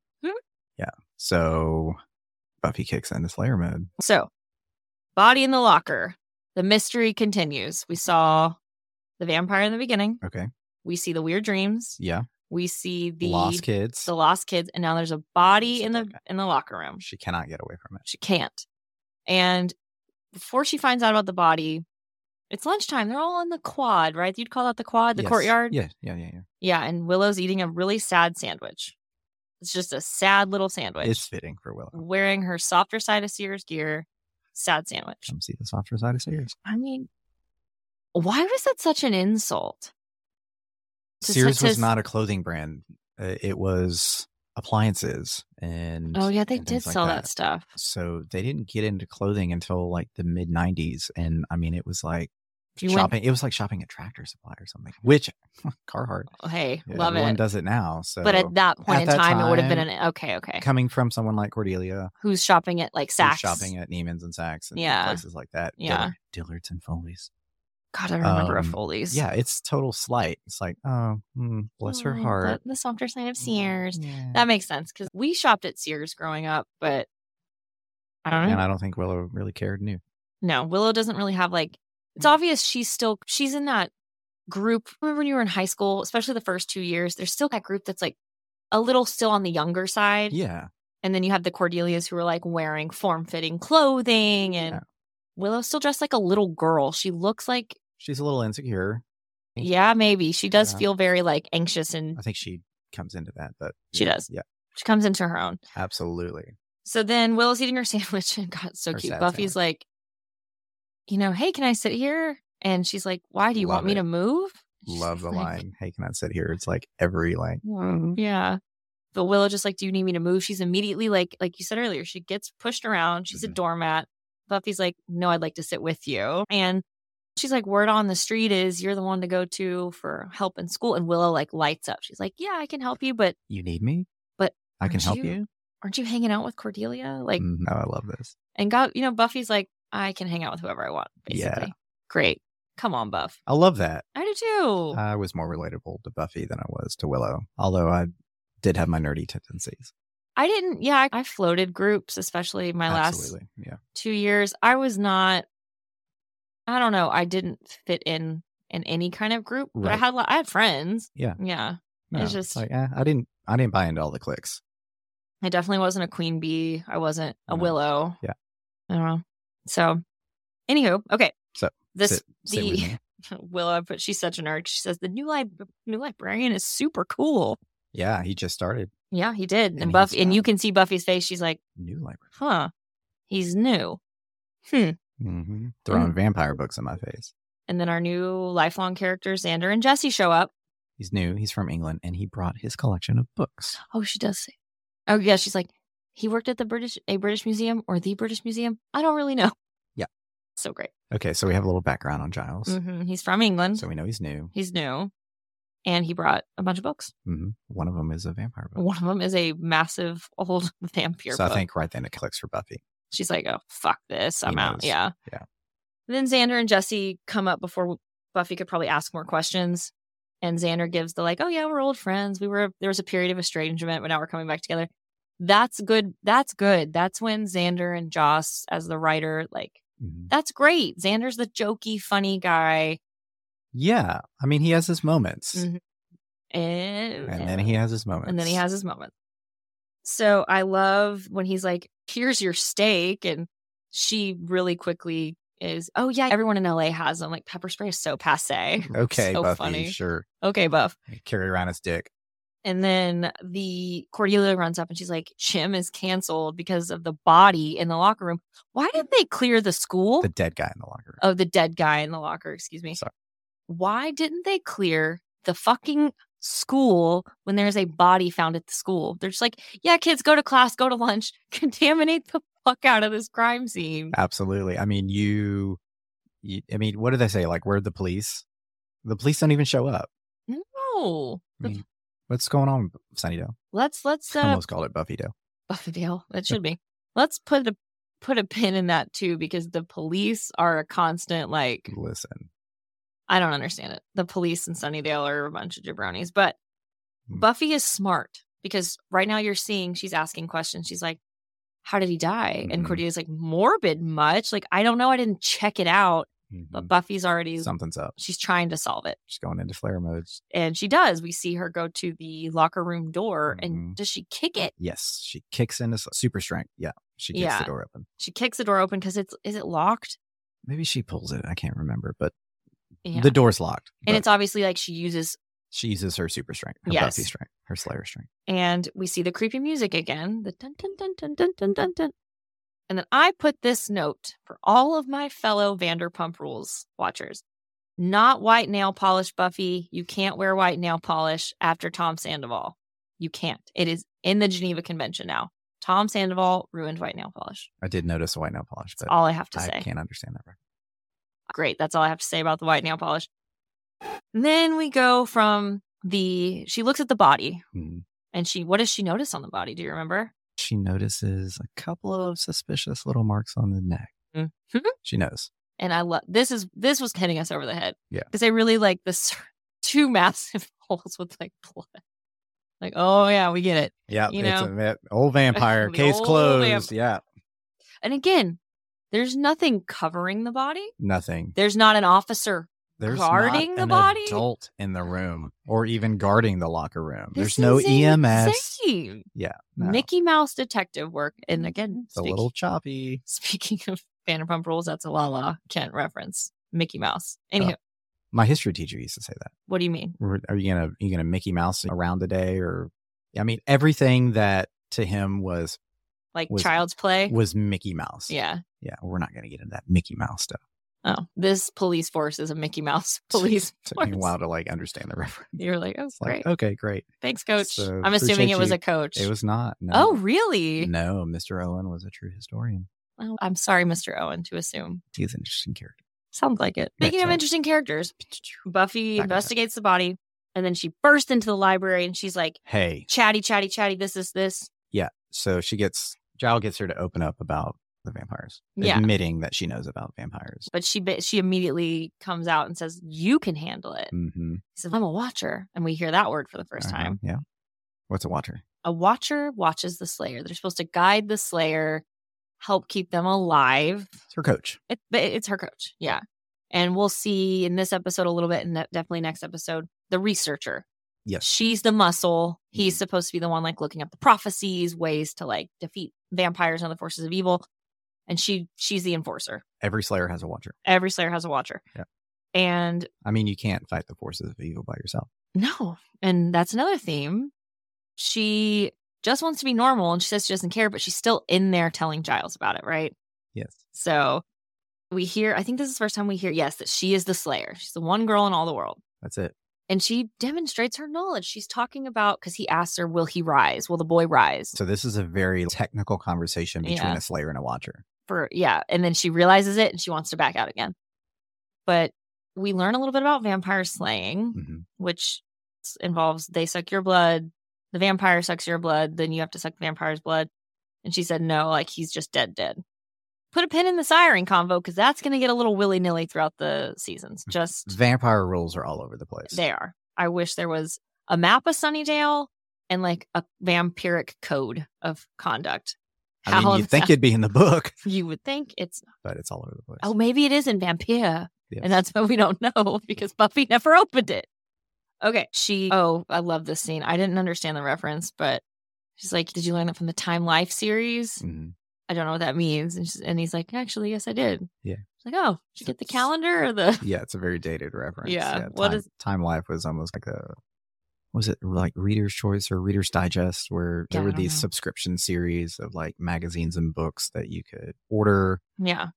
So Buffy kicks into Slayer mode. So, body in the locker. The mystery continues. We saw the vampire in the beginning. Okay. We see the weird dreams. Yeah. We see the Lost kids. the lost kids, and now there's a body It's a in the dead guy. in the locker room. she cannot get away from it. She can't. And before she finds out about the body, it's lunchtime. They're all in the quad, right? You'd call that the quad, the Yes. courtyard. Yeah. Yeah. Yeah. Yeah. Yeah, and Willow's eating a really sad sandwich. It's just a sad little sandwich. It's fitting for Willow. wearing her softer side of Sears gear, sad sandwich. Come see the softer side of Sears. I mean, why was that such an insult? To Sears such was as- not a clothing brand. Uh, it was appliances and Oh yeah, they and did things like sell that. stuff. So they didn't get into clothing until like the mid '90s, and I mean, it was like You went- shopping. It was like shopping at Tractor Supply or something. Which Carhartt, Oh, Hey, yeah, love everyone it. does it now. So, but at that point at in that time, it would have been time, an okay, okay. coming from someone like Cordelia, Who's shopping at like who's Saks? shopping at Neiman's and Saks and Yeah. places like that, Yeah. Dillard- Dillard's and Foley's, God, I remember a Um, Foley's. Yeah, it's total slight. It's like, oh, mm, bless her Oh, heart. Mm, The, the softer side of Sears. Yeah. That makes sense because we shopped at Sears growing up, but I don't know. and I don't think Willow really cared. Knew. no, Willow doesn't really have like. It's obvious she's still she's in that group. Remember when you were in high school, especially the first two years, there's still that group that's like a little still on the younger side, Yeah, and then you have the Cordelias who are like wearing form fitting clothing, and Yeah. Willow's still dressed like a little girl. She looks like she's a little insecure. think- yeah, maybe she does Yeah. Uh feel very like anxious, and I think she comes into that, but She yeah, does. Yeah, she comes into her own. absolutely. So then Willow's eating her sandwich and got so Her cute. sad Buffy's like, you know, hey, can I sit here? And she's like, why do you want Love me it. to move? She's Love the like, line. Hey, can I sit here? It's like every line. Yeah. But Willow just like, do you need me to move? She's immediately like, like you said earlier, she gets pushed around. She's a Mhm. doormat. Buffy's like, no, I'd like to sit with you. And she's like, word on the street is you're the one to go to for help in school. And Willow like lights up. She's like, yeah, I can help you, but You need me, But I can aren't help you- you. aren't you hanging out with Cordelia? Like, Mhm. Oh, I love this. And God, you know, Buffy's like, I can hang out with whoever I want, Yeah. basically. Great. Come on, Buff. I love that. I do too. I was more relatable to Buffy than I was to Willow, although I did have my nerdy tendencies. I didn't, yeah, I, I floated groups, especially my last Absolutely. Yeah. two years. I was not, I don't know, I didn't fit in in any kind of group, but I Right. had, lo- I had friends. Yeah. Yeah. No, It's it's just- just like eh, I didn't I didn't buy into all the clicks. I definitely wasn't a queen bee. I wasn't a No. willow. Yeah. I don't know. So, anywho, okay. So, this sit, sit with the- me. willow, but she's such a nerd. She says the new lib- new librarian is super cool. Yeah, he just started Yeah, he did. And, And Buff he's and not. you can see Buffy's face. She's like, new library. huh, he's new. Hmm. Mm-hmm. Throwing vampire books in my face. And then our new lifelong characters, Xander and Jesse, show up. He's new. He's from England, and he brought his collection of books. Oh, she does say. Oh yeah, she's like, he worked at the British a British Museum or the British Museum. I don't really know. Yeah. So great. Okay, so we have a little background on Giles, hmm He's from England. so we know he's new. he's new. And he brought a bunch of books. hmm One of them is a vampire book, One of them is a massive old vampire so book. I think right then it clicks for Buffy. she's like, oh, fuck this. He I'm out. knows. Yeah. Yeah. then Xander and Jesse come up before Buffy could probably ask more questions. And Xander gives the like, oh, yeah, we're old friends. We were, there was a period of estrangement, but now we're coming back together. That's good. That's good. That's when Xander and Joss, as the writer, like, Mhm. that's great. Xander's the jokey, funny guy. Yeah, I mean he has his moments, Mhm. And, and then he has his moments, and then he has his moment. So I love when he's like, "Here's your steak," and she really quickly is, "Oh yeah, everyone in LA has them." Like pepper spray is so passe. okay, so Buffy, funny. sure, Okay, buff. carry around his dick. And then the Cordelia runs up and she's like, "Jim is canceled because of the body in the locker room. Why didn't they clear the school? The dead guy in the locker room. oh, the dead guy in the locker. Excuse me. Sorry. Why didn't they clear the fucking school when there's a body found at the school? They're just like, yeah, kids, go to class, go to lunch, contaminate the fuck out of this crime scene. Absolutely. I mean, you, you. I mean, what do they say? Like, where are the police? The police don't even show up. No. I The- mean, what's going on, Sunnydale? Let's let's I uh almost called it Buffy Dale. Buffy Dale. That should be. Let's put a put a pin in that too, because the police are a constant like Listen, I don't understand it. The police in Sunnydale are a bunch of jabronis, but Mm. Buffy is smart because right now you're seeing she's asking questions. She's like, "How did he die?" And Mhm. Cordelia's like, "Morbid much? Like I don't know. I didn't check it out." Hmm. But Buffy's already Mm-hmm. something's up. she's trying to solve it, She's going into flare mode. and she does. We see her go to the locker room door, and Mhm. does she kick it? Yes, she kicks into s- super strength. Yeah, she kicks Yeah. the door open. She kicks the door open because it's is it locked? Maybe she pulls it. I can't remember, but Yeah. the door's locked. and but it's obviously like she uses she uses her super strength, her Buffy Yes. strength, her Slayer strength. and we see the creepy music again the dun dun dun dun dun dun dun dun and then i put this note for all of my fellow vanderpump rules watchers not white nail polish buffy you can't wear white nail polish after tom sandoval you can't it is in the geneva convention now tom sandoval ruined white nail polish I did notice a white nail polish, that's but all i have to I say can't understand that. reference. great. That's all I have to say about the white nail polish. And then we go from the she looks at the body Mhm. and she what does she notice on the body? Do you remember? She notices a couple of suspicious little marks on the neck. Mhm. She knows. And I love this is this was hitting us over the head. Yeah. Because they really like this two massive holes with like blood. Like, oh yeah, we get it. Yeah, You it's know? a va- old vampire The case old closed. yeah, And again, there's nothing covering the body. nothing. There's not an officer. There's guarding not the an body? adult in the room, or even guarding the locker room. This There's no E is insane. EMS. Yeah, no. Mickey Mouse detective work. And again, It's a speak- little choppy. speaking of Vanderpump Rules, that's a La La Kent reference. Mickey Mouse. Oh. Anywho, My history teacher used to say that. what do you mean? We're- Are you gonna you gonna Mickey Mouse around today, or I mean everything that to him was Like Was- child's play? was Mickey Mouse. yeah. yeah. We're not gonna get into that Mickey Mouse stuff. Oh, this police force is a Mickey Mouse police Took me force. a while to like understand the reference. You're like, oh, It's like, great. okay, great. Thanks, coach. so I'm assuming appreciate it was you. a coach. It was not. No. Oh, really? No, Mr. Owen was a true historian. Oh, I'm sorry, Mr. Owen, to assume. He's an interesting character. Sounds like it. Yeah, Speaking of sorry. interesting characters, Buffy Back on track. investigates the body and then she bursts into the library and she's like, Hey, chatty, chatty, chatty, this, this, this. yeah. So she gets Jowl gets her to open up about the vampires, Yeah. admitting that she knows about vampires. But she bi- she immediately comes out and says, You can handle it. Mm-hmm. He says, I'm a watcher. And we hear that word for the 1st Uh-huh. time. yeah. What's a watcher? A watcher watches the slayer. They're supposed to guide the slayer, help keep them alive. It's her coach. It, but it's her coach. Yeah. And we'll see in this episode a little bit and ne- definitely next episode, the researcher. Yes. She's the muscle. He's supposed to be the one like looking up the prophecies, ways to like defeat vampires and the forces of evil. And she she's the enforcer. Every Slayer has a watcher. Every slayer has a watcher. Yeah. And I mean, you can't fight the forces of evil by yourself. No. And that's another theme. She just wants to be normal and she says she doesn't care, but she's still in there telling Giles about it, right? Yes. So we hear, I think this is the first time we hear, yes, that she is the Slayer. She's the one girl in all the world. That's it. And she demonstrates her knowledge. She's talking about, because he asks her, will he rise? Will the boy rise? So this is a very technical conversation between Yeah. a Slayer and a watcher. For, yeah. And then she realizes it and she wants to back out again. But we learn a little bit about vampire slaying. hmm which s- involves they suck your blood, the vampire sucks your blood, then you have to suck the vampire's blood. And she said, no, like he's just dead, dead. Put a pin in the siren convo because that's going to get a little willy nilly throughout the seasons. Just Vampire rules are all over the place. they are. I wish there was a map of Sunnydale and like a vampiric code of conduct. I How mean, you is think that- it'd be in the book, You would think it's, but it's all over the place. oh, maybe it is in Vampire. Yes. And that's why we don't know because Buffy never opened it. Okay. She, oh, I love this scene. I didn't understand the reference, but she's like, Did you learn that from the Time Life series? Mhm. I don't know what that means. And, she's, and he's like, Actually, yes, I did. Yeah. She's like, Oh, did you get the calendar or the. Yeah, it's a very dated reference. Yeah, what time, is- Time Life was almost like a was it like Reader's Choice or Reader's Digest, where Yeah, I there were don't these know. subscription series of like magazines and books that you could order Yeah.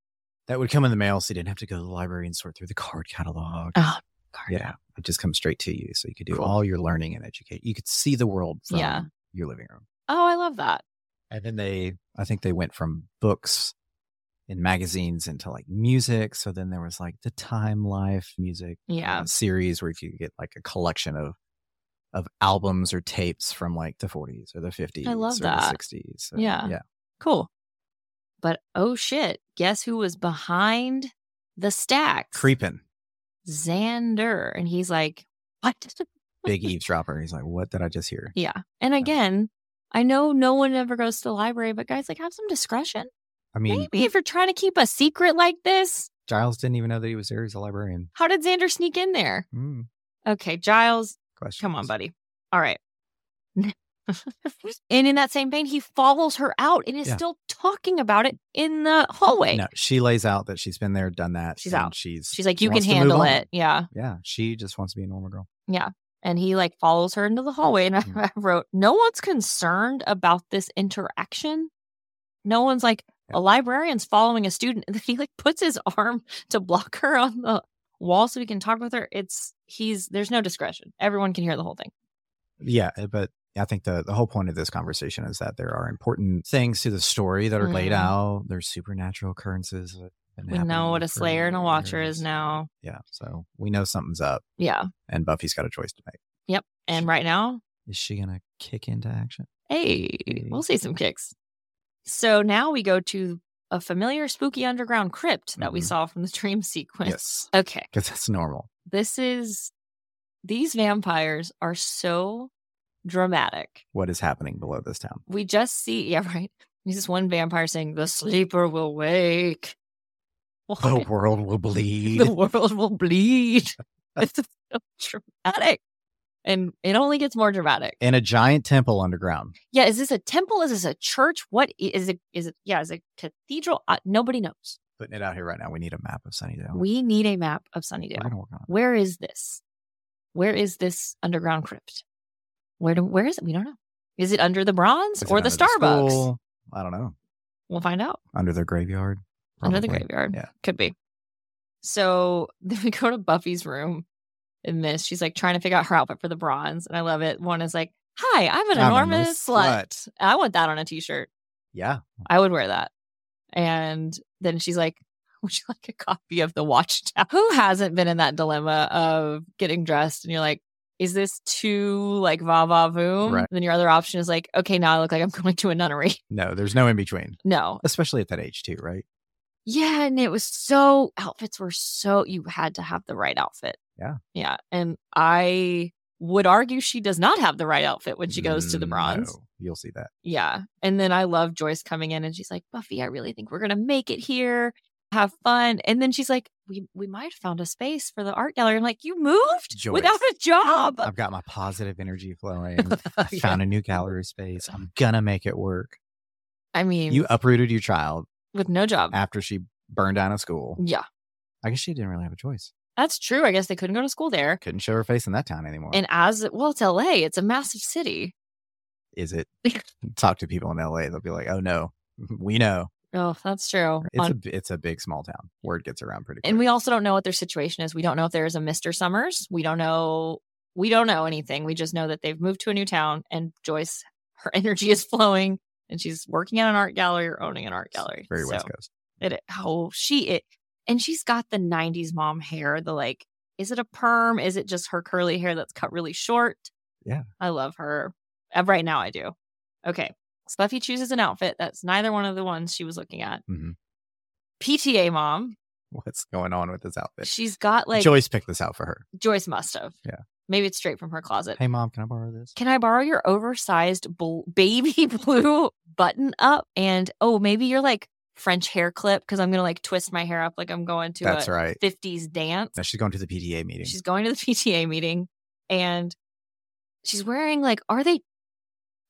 that would come in the mail, so you didn't have to go to the library and sort through the card catalog. Oh, card. yeah, it just comes straight to you, so you could do Cool. all your learning and educate. You could see the world from Yeah. your living room, Oh, I love that. and then they, I think they went from books. And magazines into like music. So then there was like the Time Life music Yeah. uh, series where if you get like a collection of of albums or tapes from like the 40s or the 50s love or that. the 60s. So, Yeah. Yeah. Cool. But oh shit, guess who was behind the stacks? Creeping. Xander. And he's like, What? Big eavesdropper. He's like, what did I just hear? Yeah. And again, I know no one ever goes to the library, but guys, like, have some discretion. I mean, Maybe if you're trying to keep a secret like this, Giles didn't even know that he was there. He's a librarian. how did Xander sneak in there? Mm, Okay, Giles, question. come on, buddy. All right. and in that same vein, he follows her out and is Yeah. still talking about it in the hallway. No, she lays out that she's been there, done that. She's and out. She's She's like, she you can wants to move handle on." it. Yeah. Yeah. She just wants to be a normal girl. And he like follows her into the hallway. And I, Mhm. I wrote, no one's concerned about this interaction. No one's like, Yeah. a librarian's following a student. And then he like puts his arm to block her on the wall so he can talk with her. It's, he's, there's no discretion. Everyone can hear the whole thing. Yeah. eh, But I think the, the whole point of this conversation is that there are important things to the story that are laid Mhm. out. There's supernatural occurrences. that have been We know happening what a for slayer and a watcher is years. now. Yeah. So we know something's up Yeah. and Buffy's got a choice to make. And right now, Is she going to kick into action? hey, we'll see some kicks. So now we go to a familiar spooky underground crypt that we Mhm. saw from the dream sequence. Yes. Okay. Because that's normal. This is these vampires are so dramatic. What is happening below this town? We just see, yeah, right. There's this one vampire saying, The sleeper will wake. The What? world will bleed. the world will bleed. This is so dramatic. And it only gets more dramatic. In a giant temple underground. Yeah, is this a temple? Is this a church? What i- is it? Is it? Yeah, is it a cathedral? Uh, nobody knows. Putting it out here right now. We need a map of Sunnydale. We need a map of We're Sunnydale. gonna work on it. Where is this? Where is this underground crypt? Where do? Where is it? We don't know. Is it under the bronze Is it or the under Starbucks? school? I don't know. we'll find out. Under their graveyard. Under the Probably. graveyard. yeah. Could be. So then we go to Buffy's room in this. She's like trying to figure out her outfit for the bronze. And I love it. One is like, Hi, I'm an I'm a enormous slut." slut. I want that on a t shirt. Yeah. I would wear that. And then she's like, Would you like a copy of The Watchtower? Who hasn't been in that dilemma of getting dressed and you're like, Is this too like va va voom? Right. Then your other option is like, Okay, now I look like I'm going to a nunnery. No, there's no in between. No. Especially at that age too, right? Yeah. And it was so, outfits were so, you had to have the right outfit. Yeah. Yeah. And I would argue she does not have the right outfit when she goes to the Mm, bronze. no. you'll see that. Yeah. And then I love Joyce coming in and she's like, Buffy, I really think we're going to make it here. Have fun. And then she's like, we, we might have found a space for the art gallery. I'm like, you moved Joyce. without a job. I've got my positive energy flowing. I Yeah. found a new gallery space. I'm gonna make it work. I mean, You uprooted your child with no job. after she burned down a school. yeah. I guess she didn't really have a choice. That's true. I guess they couldn't go to school there. Couldn't show her face in that town anymore. And as well, it's LA, it's a massive city. Is it? Talk to people in LA. They'll be like, "Oh no, we know." Oh, that's true. It's On- a b- it's a big small town. Word gets around pretty. Quick. and we also don't know what their situation is. We don't know if there is a Mr. Summers. We don't know. We don't know anything. We just know that they've moved to a new town and Joyce, her energy is flowing and she's working at an art gallery or owning an art It's gallery. very so West Coast. It, oh, she it, and she's got the '90s mom hair. The like, is it a perm? Is it just her curly hair that's cut really short? Yeah. I love her. Uh, Right now, I do. Okay, so Buffy chooses an outfit that's neither one of the ones she was looking at. Mhm. PTA mom. What's going on with this outfit? She's got like Joyce picked this out for her. Joyce must have. Yeah. Maybe it's straight from her closet. Hey mom, can I borrow this? Can I borrow your oversized bl- baby blue button up? And oh, maybe you're like French hair clip because I'm going to like twist my hair up like I'm going to That's a right. 50s dance. Now she's going to the PTA meeting. She's going to the PTA meeting and she's wearing like, are they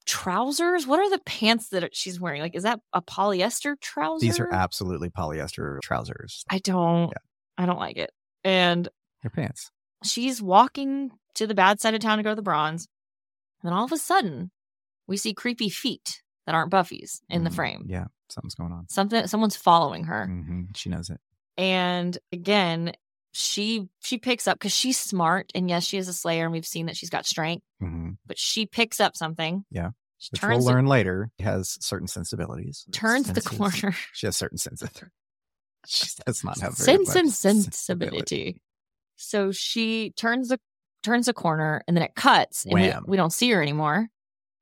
trousers? What are the pants that are- she's wearing? Like, is that a polyester trouser? These are absolutely polyester trousers. I don't, Yeah. I don't like it. And Your pants. she's walking to the bad side of town to go to the bronze. And then all of a sudden, we see creepy feet that aren't Buffy's in the Mm, frame. Yeah, something's going on. Something someone's following her. hmm She knows it. And again, she she picks up because she's smart and yes, she is a slayer and we've seen that she's got strength, hmm but she picks up something. Yeah. She Which turns we'll learn later. She has certain sensibilities. turns the Senses. corner. She has certain senses. She does not have very sense much and sensibility. So she turns the turns the corner and then it cuts and we, Wham. we don't see her anymore.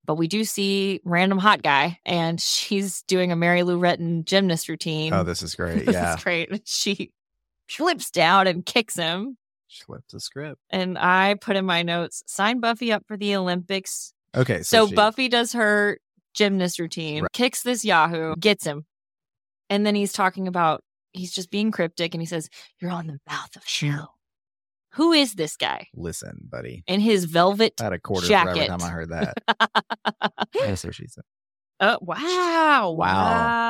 But we do see random hot guy and she's doing a Mary Lou Retton gymnast routine. Oh, this is great. This Yeah. is great. She flips down and kicks him. she flipped the script. And I put in my notes, sign Buffy up for the Olympics. Okay. So, So, she- Buffy does her gymnast routine, Right. kicks this Yahoo, gets him. And then he's talking about, he's just being cryptic and he says, You're on the mouth of hell. Who is this guy? Listen, buddy. In his velvet. I had a quarter for every Jacket. time I heard that. That's what she said. Oh, wow. Wow.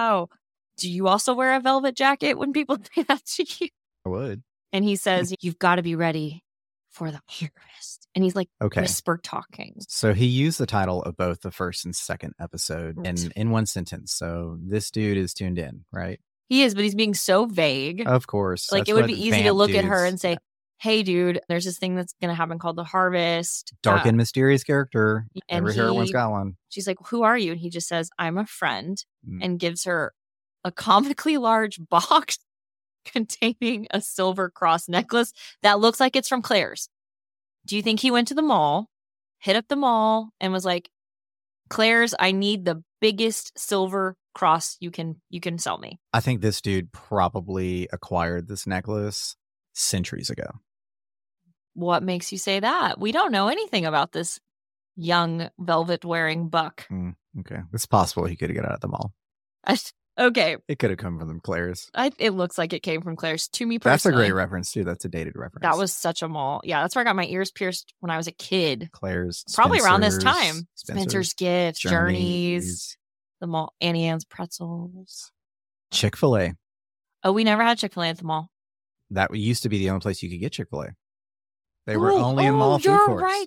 Do you also wear a velvet jacket when people do that to you? I would. And he says, You've got to be ready for the harvest. And he's like, Okay. whisper talking. So he used the title of both the first and second episode in, in one sentence. So this dude is tuned in, right? He is, but he's being so vague. Of course. like that's it would what be easy to vamp look at her dudes- and say hey dude there's this thing that's going to happen called the harvest dark Uh, and mysterious character. and Every hero one's he- got one. she's like who are you and he just says i'm a friend Mm. and gives her a comically large box containing a silver cross necklace that looks like it's from claire's do you think he went to the mall hit up the mall and was like claire's i need the biggest silver cross you can you can sell me. I think this dude probably acquired this necklace centuries ago. What makes you say that? We don't know anything about this young velvet wearing buck. Mm, okay. It's possible he could have got out of the mall. I s- okay, It could have come from them Claire's. I, it looks like it came from Claire's to me That's a personally. great reference too. That's a dated reference. That was such a mall. Yeah, that's where I got my ears pierced when I was a kid. Claire's. Probably around this Spencer's- time. Spencer's Gift, Journeys, the mall, Annie Ann's Pretzels. Chick Fil A. Oh, we never had Chick Fil A at the mall. That used to be the only place you could get Chick Fil A. They were Oh, only in oh, mall food you're courts. right.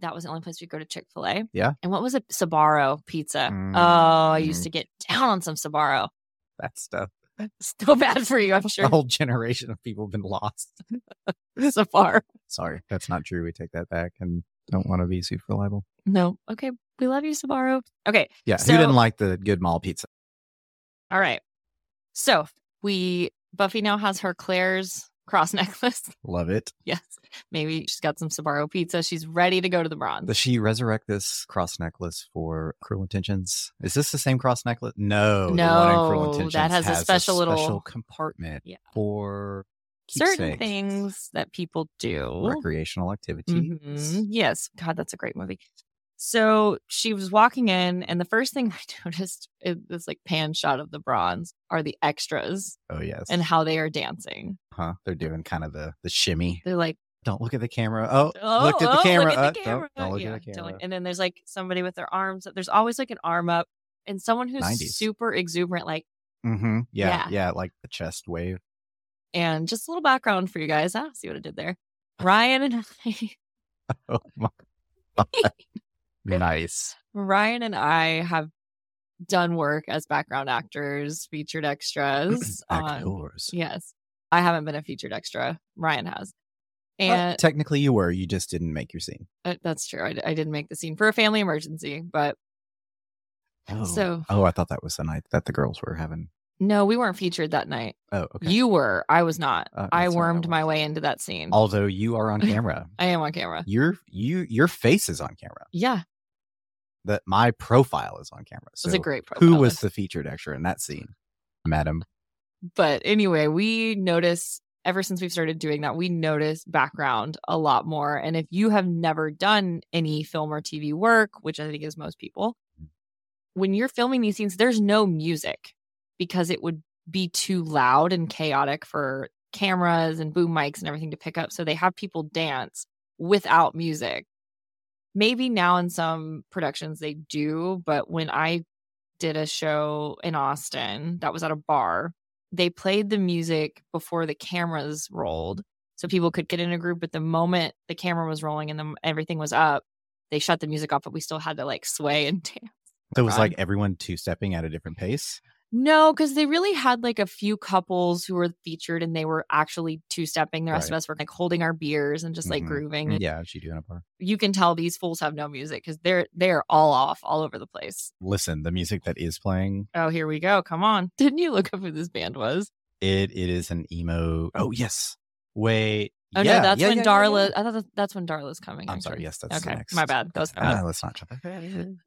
That was the only place we go to Chick Fil A. Yeah. And what was it? Sabaro pizza. Mm. Oh, I used Mm. to get down on some Sabaro. That stuff. So bad for you, I'm A sure. whole generation of people have been lost. Sabaro. Sorry, that's not true. We take that back and don't want to be super reliable. No. Okay. We love you, Sabaro. Okay. Yeah, So- who didn't like the good mall pizza? All right. So we Buffy now has her Claire's cross necklace. Love it. Yes. Maybe she's got some Sabaro pizza. She's ready to go to the bronze. Does she resurrect this cross necklace for Cruel Intentions? Is this the same cross necklace? No, the one in Cruel No, that Intentions has a special little- compartment Yeah. for Certain keepsakes, things that people do. recreational activities. Mhm. Yes. God, that's a great movie. So she was walking in, and the first thing I noticed in this like pan shot of the bronze are the extras Oh yes, and how they are dancing. huh? They're doing kind of the the shimmy. They're like, Don't look at the camera. Oh, oh, looked at the oh, camera. Look Uh, at the don't- camera. don't look at the Yeah, don't look- camera. And then there's like somebody with their arms up. There's always like an arm up and someone who's 90s. super exuberant, like mm-hmm. Yeah. yeah, yeah, like the chest wave. And just a little background for you guys. I see what I did there. Ryan and I, Oh my God. nice. Ryan and I have done work as background actors, featured extras. on, Actors. yes, I haven't been a featured extra. Ryan has, Well, and technically, you were. You just didn't make your scene. uh, that's true. I, d- I didn't make the scene for a family emergency, but Oh. So- oh, I thought that was the night that the girls were having. no, we weren't featured that night. Oh, okay. You were. I was not. Uh, I that's right, wormed my was. way into that scene. Although you are on camera, I am on camera. your you your face is on camera. Yeah, That my profile is on camera. it So was a great profile. who was the featured extra in that scene, Madam? but anyway, we notice ever since we've started doing that, we notice background a lot more. And if you have never done any film or TV work, which I think is most people, when you're filming these scenes, there's no music because it would be too loud and chaotic for cameras and boom mics and everything to pick up. So they have people dance without music. Maybe now in some productions they do, but when I did a show in Austin that was at a bar, they played the music before the cameras rolled so people could get in a group but the moment the camera was rolling and the, everything was up they shut the music off but we still had to like sway and dance So it was God. like everyone two stepping at a different pace. no because they really had like a few couples who were featured and they were actually two-stepping the rest of Right. us were like holding our beers and just like Mhm. grooving Yeah, she doing a bar. you can tell these fools have no music because they're they're all off all over the place Listen, the music that is playing oh here we go come on didn't you look up who this band was It it is an emo. Oh yes. Wait. oh yeah, no that's yeah, when yeah, yeah, yeah. darla i thought that- that's when darla's coming I'm actually. sorry. Yes, that's the okay next. my bad that was bad No, let's not jump. ahead.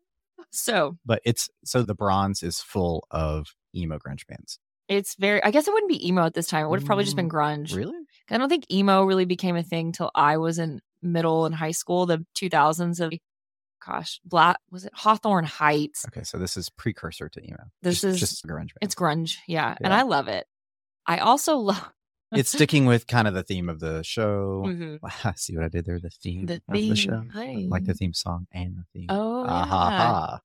So But it's so the bronze is full of emo grunge bands. it's very, I guess it wouldn't be emo at this time. It would have probably just been Mm, grunge. Really? I don't think emo really became a thing till I was in middle and high school, the 2000s of, gosh, Black, was it Hawthorne Heights? Okay, so this is precursor to emo. This Just- is- just grunge. It's grunge. Yeah. And Yeah. I love it. I also love Band. It's sticking with kind of the theme of the show. Mhm. See what I did there? The theme the of theme. mm, the show, Hey. like the theme song and the theme. Oh, Ah, ha, yeah. ha.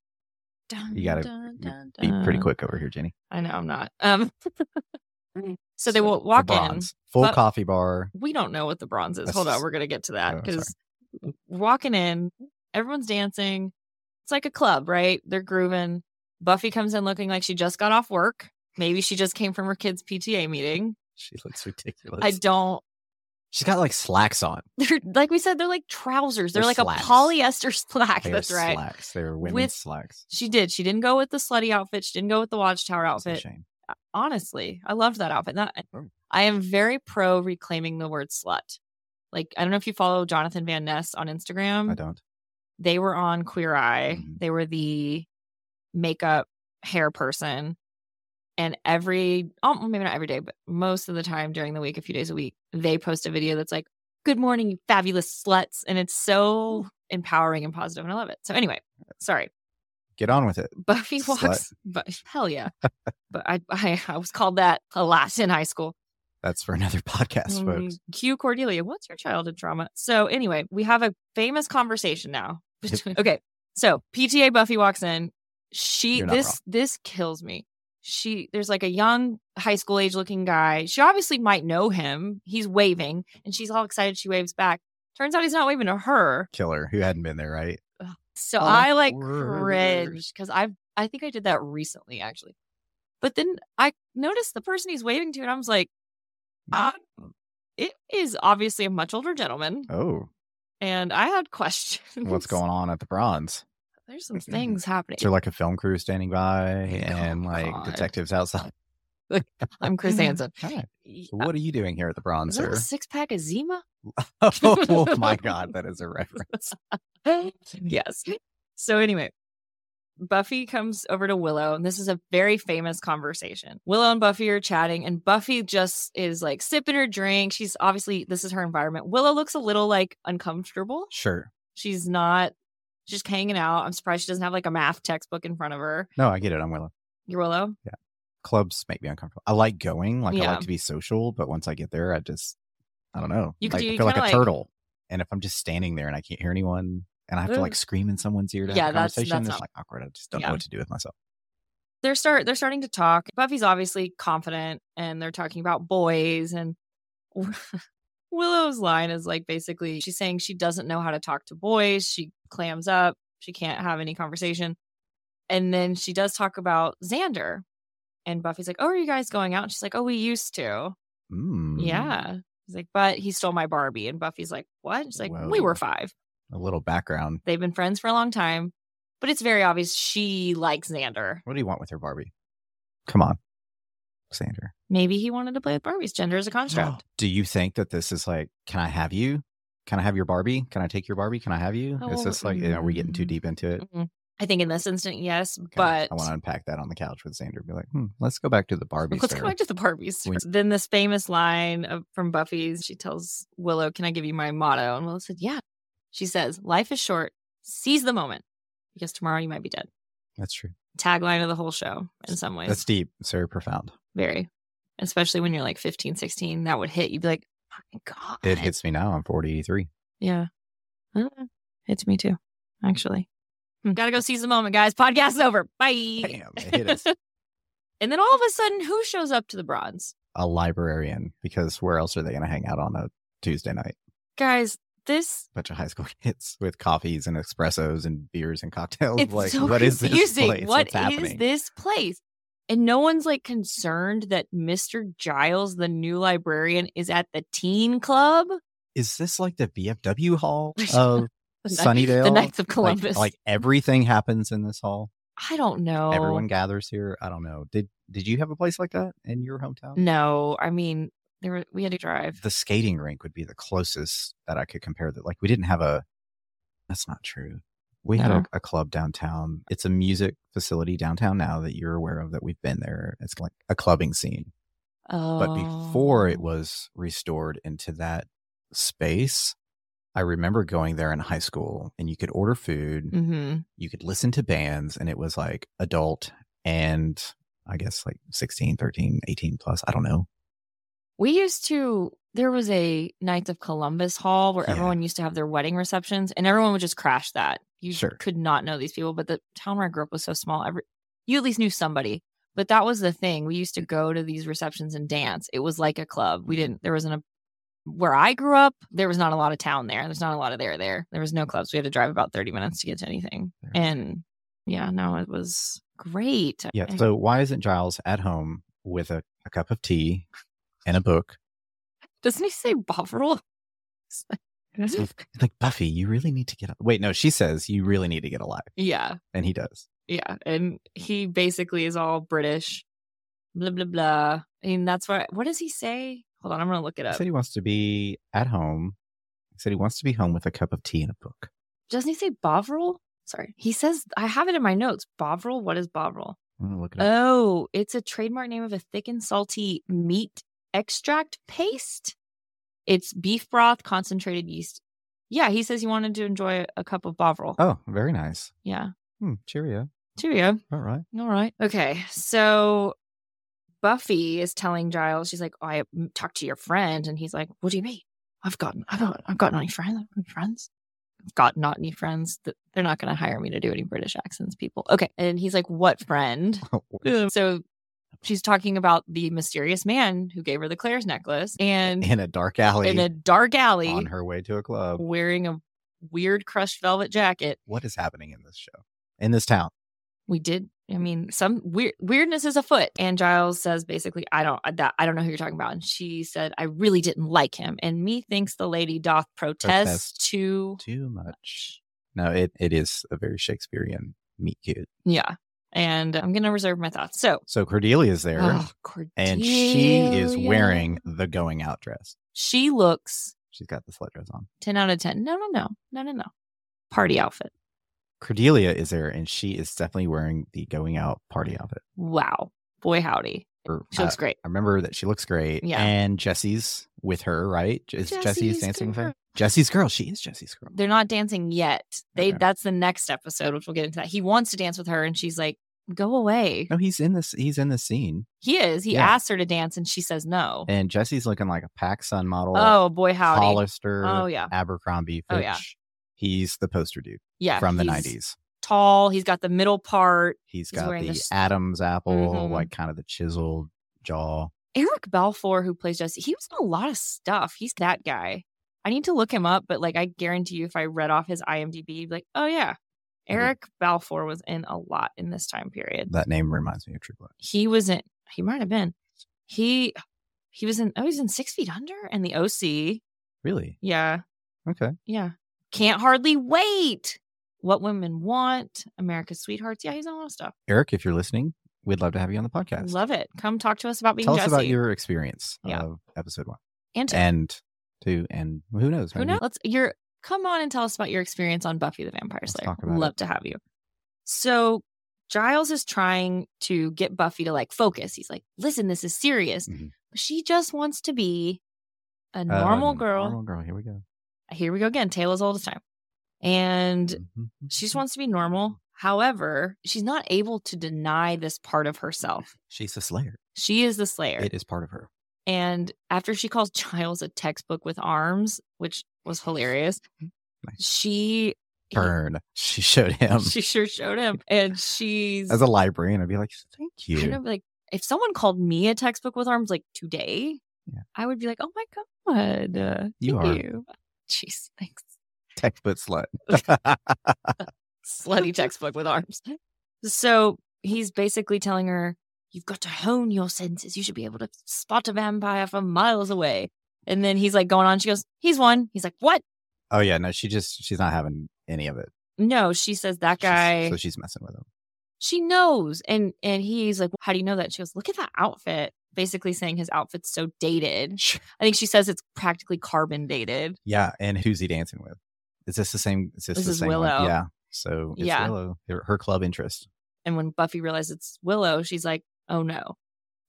Dun, You gotta dun, dun, Be pretty dun. quick over here, Jenny. I know I'm not. Um, so they will the walk in. bronze, full but- coffee bar. we don't know what the bronze is. Hold That's- on, we're gonna get to Oh, that sorry. because walking in, everyone's dancing. It's like a club, right? They're grooving. Buffy comes in looking like she just got off work. Maybe she just came from her kids' PTA meeting. She looks ridiculous. I don't. She's got like slacks on. They're like we said, they're like trousers. They're, They're like slacks. a polyester slack. They were That's right. slacks. They were women's With slacks. She did. She didn't go with the slutty outfit. She didn't go with the Watchtower It's a outfit. shame. Honestly, I loved that outfit. That, Oh. I am very pro reclaiming the word slut. Like I don't know if you follow Jonathan Van Ness on Instagram. I don't. they were on Queer Eye. Mhm. They were the makeup hair person. And every, oh, maybe not every day, but most of the time during the week, a few days a week, they post a video that's like, Good morning, you fabulous sluts. And it's so empowering and positive, and I love it. So, anyway, sorry. Get on with it. Buffy Slut. walks, but hell yeah. but I, I, I was called that a lot in high school. That's for another podcast, Mm, folks. Cue Cordelia. What's your childhood trauma? So anyway, we have a famous conversation now. Yep. Between, okay, so PTA Buffy walks in. She You're not this wrong. this kills me. She there's like a young high school age looking guy. She obviously might know him. He's waving, and she's all excited. She waves back. Turns out he's not waving to her. Killer who hadn't been there, right? Oh So I like Awkward. cringe because I've I think I did that recently actually. But then I noticed the person he's waving to, and I was like, ah, it is obviously a much older gentleman. Oh, And I had questions. what's going Mm-hmm. on at the bronze? There's some things happening. Is there like a film crew standing by and Oh, like God. detectives outside? I'm Chris Hansen. Hi. Y- So uh, what are you doing here at the bronze, Is that a sir? six pack of Zima? oh my God, that is a reference. yes. So anyway, Buffy comes over to Willow, and this is a very famous conversation. Willow and Buffy are chatting, and Buffy just is like sipping her drink. She's obviously this is her environment. Willow looks a little like uncomfortable. Sure. She's not she's just hanging out. I'm surprised she doesn't have like a math textbook in front of her. No, I get it. I'm willing. Your Willow. Clubs make me uncomfortable. I like going, like I Yeah. like to be social, but once I get there, I just, I don't know. You could like, do I feel like a kinda like- turtle. And if I'm just standing there and I can't hear anyone and I have to like Ugh. scream in someone's ear to Yeah, have a that's- conversation, that's not- it's like awkward. I just don't Yeah. know what to do with myself. they're start they're starting to talk. Buffy's obviously confident and they're talking about boys and Willow's line is like basically she's saying she doesn't know how to talk to boys. She clams up. She can't have any conversation. And then she does talk about Xander. And Buffy's like, "Oh, are you guys going out?" And she's like, "Oh, we used to." Mm, Yeah. He's like, "But he stole my Barbie." And Buffy's like, "What?" She's like, "We Whoa. were 5." A little background. They've been friends for a long time, but it's very obvious she likes Xander. What do you want with her, Barbie? Come on, Sandra. Maybe he wanted to play with Barbies. Gender is a construct. Do you think that this is like, can I have you? Can I have your Barbie? Can I take your Barbie? Can I have you? Oh, Is this like, you know, are we getting too mm. deep into it? Mhm. I think in this instant, yes, Mm-hmm. Okay, but I want to unpack that on the couch with Xander. and Be like, hmm, let's go back to the Barbie. let's store. go back to the Barbies. We- Then this famous line of, from Buffy's, she tells Willow, "Can I give you my motto?" And Willow said, "Yeah." She says, "Life is short. Seize the moment, because tomorrow you might be dead." That's true. Tagline of the whole show, in some ways, That's deep. It's very profound. very, especially when you're like 15, 16, that would hit. You'd be like, "Fucking god!" It hits me now. I'm 43. Yeah, Uh, hits me too, actually. Hmm. Gotta go seize the moment, guys. Podcast's over. Bye. Damn, it hit us. And then all of a sudden, who shows up to the bronze? a librarian, because where else are they going to hang out on a Tuesday night? Guys, this bunch of high school kids with coffees and espressos and beers and cocktails. it's like, so what is confusing. this place? What What's happening? is this place? And no one's like concerned that Mr. Giles, the new librarian, is at the teen club. Is this like the BFW hall of The Kni- Sunnydale? the Knights of Like- Columbus. Oh. like everything happens in this hall. I don't know. Everyone gathers here. I don't know. Did did you have a place like that in your hometown? No, I mean, there were, we had to drive. the skating rink would be the closest that I could compare that. Like we didn't have a that's not true. We had No. a, a club downtown. It's a music facility downtown now that you're aware of that we've been there. It's like a clubbing scene. Oh, But before it was restored into that space, I remember going there in high school and you could order food, hmm you could listen to bands and it was like adult and I guess like 16, 13, 18 plus, I don't know. we used to. There was a Knights of Columbus hall where Yeah. everyone used to have their wedding receptions, and everyone would just crash that. You Sure. could not know these people, but the town where I grew up was so small. Every you at least knew somebody. But that was the thing. We used to go to these receptions and dance. It was like a club. Mm-hmm. We didn't. There wasn't a where I grew up. There was not a lot of town there. There's not a lot of there there. There was no clubs. We had to drive about thirty minutes to get to anything. There. And yeah, no, it was great. Yeah. I- So why isn't Giles at home with a, a cup of tea and a book? doesn't he say Bovril? It's like Buffy, you really need to get up. Wait, no, she says you really need to get alive, yeah. and he does. Yeah, and he basically is all British, blah blah blah. And that's why. What does he say? Hold on, I'm gonna look it He up. said he wants to be at home. He said he wants to be home with a cup of tea and a book. Doesn't he say Bovril? Sorry, he says I have it in my notes. Bovril. What is Bovril? I'm gonna look it up. Oh, it's a trademark name of a thick and salty meat extract paste. It's beef broth, concentrated yeast. Yeah, he says he wanted to enjoy a cup of Bovril. Oh, very nice. Yeah. Hmm, cheerio. Cheerio. All right. All right. Okay. So Buffy is telling Giles, she's like, "Oh, I mm, talked to your friend. And he's like, What do you mean? I've gotten, I've got, I've got any friends. I've got friends. I've got not any friends. Th- They're not going to hire me to do any British accents, people. Okay. And he's like, What friend? So she's talking about the mysterious man who gave her the Claire's necklace and in a dark alley in a dark alley on her way to a club. wearing a weird crushed velvet jacket. What is happening in this show? In this town. we did i mean some weird weirdness is afoot and giles says basically i don't uh, that i don't know who you're talking about and she said i really didn't like him and me thinks the lady doth protest, Protest. too Too much. No, it, it is a very Shakespearean meet cute. yeah and i'm gonna reserve my thoughts so So Cordelia's there oh, and she is Cordelia. wearing the going out dress. she looks She's got the slut dress on. 10 out of 10 no no no no no no party outfit Cordelia is there and she is definitely wearing the going out party outfit. wow boy howdy Or, she uh, looks great I remember that she looks great. Yeah. And Jesse's with her, right? Is Jesse's Jessie's dancing with her? girl. Jesse's girl. She is Jesse's girl. they're not dancing yet they Okay. that's the next episode which we'll get into that he wants to dance with her and she's like go away No, he's in this. He's in this scene, He is. He Yeah. asks her to dance and she says no. and Jesse's looking like a Pac Sun model. oh boy, howdy. Hollister. Oh, yeah. Abercrombie. Fitch. Oh, yeah. He's the poster dude yeah, from the he's nineties. Tall. He's got the middle part. He's he's got wearing the this- Adam's apple, Mhm. like kind of the chiseled jaw. Eric Balfour, who plays Jesse, he was in a lot of stuff. He's that guy. I need to look him up, but like I guarantee you, if I read off his IMDb, you'd be like, oh yeah, Mm-hmm. Eric Balfour was in a lot in this time period. That name reminds me of True Blood. He wasn't. He might have been. He he was in. Oh, he's in Six Feet Under and the OC. Really? Yeah. Okay. Yeah. Can't hardly wait. What women want, America's sweethearts. Yeah, he's in a lot of stuff. Eric, if you're listening, we'd love to have you on the podcast. Love it. Come talk to us about being Tell us Jesse. about your experience Yeah. of episode one and to- and two, and who knows? who maybe- knows? Let's you're come on and tell us about your experience on Buffy the Vampire Let's Slayer. talk about Love it. to have you. So Giles is trying to get Buffy to like focus. He's like, listen, this is serious. Mhm. But she just wants to be a Uh, normal girl. Normal girl. Here we go. Here we go again. Tale as old as time. And Mm-hmm. She just wants to be normal. However, she's not able to deny this part of herself. She's a slayer. She is the Slayer. It is part of her. And after she calls Giles a textbook with arms, which was hilarious, Nice. she he- Burn. She showed him she sure showed him. And she's as a librarian. I'd be like, thank I you. know, like if someone called me a textbook with arms like today, Yeah. I would be like, oh my god, uh, You thank are- you. Jeez, thanks. Textbook slut. slutty textbook with arms. So he's basically telling her, You've got to hone your senses. You should be able to spot a vampire from miles away. And then he's like going on. She goes, He's one. He's like, What? oh yeah, no, she just she's not having any of it. No, she says that She's- guy. so she's messing with him. she knows. And and he's like, How do you know that? She goes, Look at that outfit. Basically saying his outfit's so dated. Sure. I think she says it's practically carbon dated. Yeah, and who's he dancing with? Is this the same? Is this, This the is same one? Willow. Yeah. So it's Yeah. Willow, her, her club interest. And when Buffy realizes it's Willow, she's like, Oh no.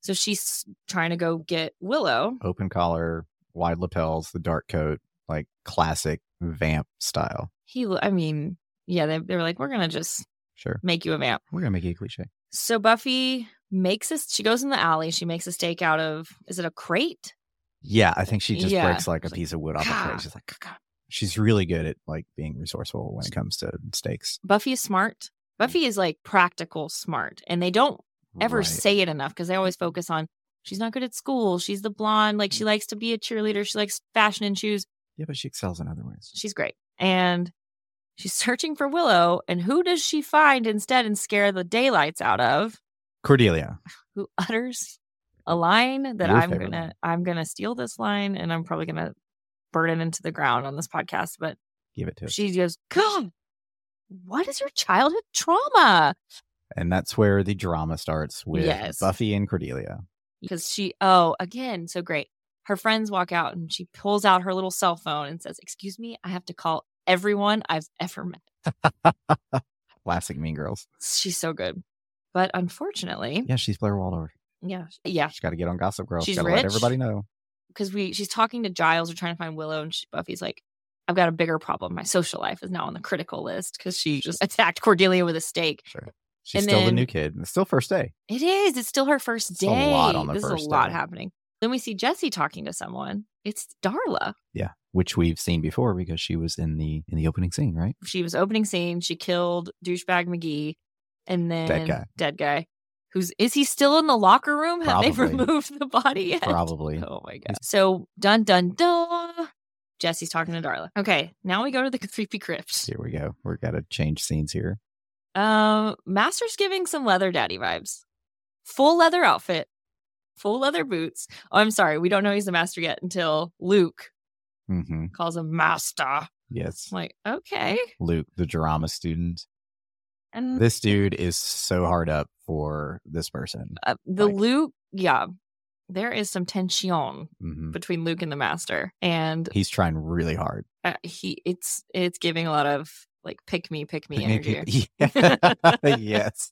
So she's trying to go get Willow. Open collar, wide lapels, the dark coat, like classic vamp style. he lo- i mean yeah they, they were like we're gonna just Sure. make you a vamp We're gonna make it a cliche. so buffy makes this she goes in the alley she makes a stake out of is it a crate Yeah, I think she just Yeah. breaks like a She's like, piece of wood off a "Gah." crate. She's like, "Gah, gah." she's really good at like being resourceful when it comes to stakes. buffy is smart buffy is like practical smart and they don't ever Right. say it enough because they always focus on she's not good at school she's the blonde like she likes to be a cheerleader she likes fashion and shoes Yeah, but she excels in other ways. she's great and she's searching for willow and who does she find instead and scare the daylights out of Cordelia. who utters a line that Your I'm favorite gonna line. I'm gonna steal this line and I'm probably gonna burn it into the ground on this podcast. But Give it to us. she goes, God, what is your childhood trauma? And that's where the drama starts with Yes. Buffy and Cordelia. Because she oh, again, so great. Her friends walk out and she pulls out her little cell phone and says, Excuse me, I have to call everyone I've ever met. Classic Mean Girls. She's so good. But unfortunately, Yeah, she's Blair Waldorf. yeah, yeah, She's got to get on Gossip Girl. She's got to rich. let everybody know. because we she's talking to Giles, we're trying to find Willow, and she, Buffy's like, "I've got a bigger problem. My social life is now on the critical list because she just attacked Cordelia with a stake." Sure. She's And still the then- new kid. It's still first day. It is. It's still her first It's a day. lot on the this is first a lot day. happening. Then we see Jesse talking to someone. It's Darla. Yeah, which we've seen before because she was in the in the opening scene, right? She was opening scene. She killed douchebag McGee, and then guy. Dead guy. Who's is he still in the locker room? Have they Probably. removed the body yet? Probably. Oh my god. So dun dun dun. Jesse's talking to Darla. Okay, now we go to the creepy crypt. Here we go. We're got to change scenes here. Um, Master's giving some leather daddy vibes. Full leather outfit, full leather boots. Oh, I'm sorry, we don't know he's the master yet until Luke hmm calls him master. I'm Yes. like, okay. Luke, the drama student. And This dude is so hard up for this person. uh, the like- Luke, yeah, there is some tension hmm between Luke and the master, and He's trying really hard. uh, he it's it's giving a lot of like pick me, pick me energy. Yeah. yes.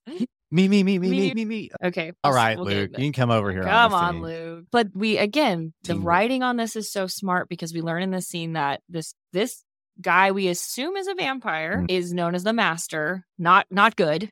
Me, me, me, Me, me, me, me. me, me. Okay, All we'll s- right, we'll get Luke, there. you can come over here. Come the on, scene. Luke. But we again, the Teamwork. writing on this is so smart because we learn in this scene that this this guy we assume is a vampire Mm. is known as the master, not not good,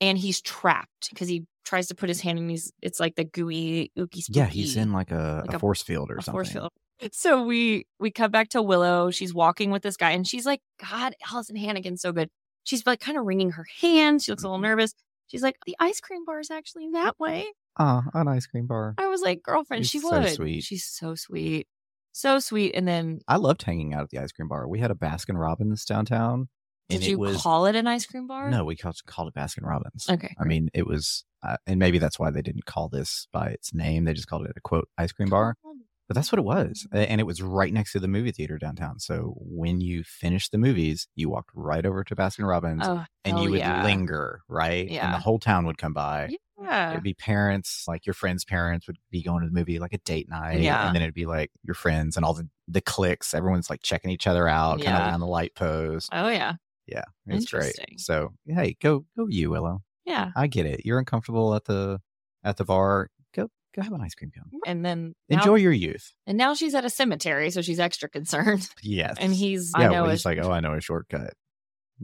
and he's trapped because he tries to put his hand in his. It's like the gooey ooky. Spooky, Yeah, he's in like a, Like a a- force field or a something. force field. So we we cut back to Willow. She's walking with this guy, and she's like, "God, Allison Hannigan's so good." She's like kind of wringing her hands. She looks a Mm-hmm. little nervous. She's like, "The ice cream bar is actually that way." Ah, an ice cream bar. I was like, girlfriend, You're she so would. sweet. She's so sweet. So sweet. And then I loved hanging out at the ice cream bar. We had a Baskin Robbins downtown. did and it you was, call it an ice cream bar? No, we called, called it Baskin Robbins. Okay. I mean, it was, uh, and maybe that's why they didn't call this by its name. They just called it a quote ice cream bar, Oh, but that's what it was. Mm. A- And it was right next to the movie theater downtown. So when you finished the movies, you walked right over to Baskin Robbins Oh, and hell you would yeah. linger, right? And Yeah. the whole town would come by. Yeah. It'd be parents, like your friends' parents would be going to the movie like a date night. Yeah. And then it'd be like your friends and all the, the cliques. Everyone's like checking each other out, kind Yeah. of down the light post. Oh, yeah. Yeah. It's great. Interesting. So hey, go go you, Willow. Yeah. I get it. You're uncomfortable at the at the bar. Go go have an ice cream cone. And then now- Enjoy your youth. And now she's at a cemetery, so she's extra concerned. Yes. And he's, I Yeah, know well, his he's like, Oh, I know a shortcut.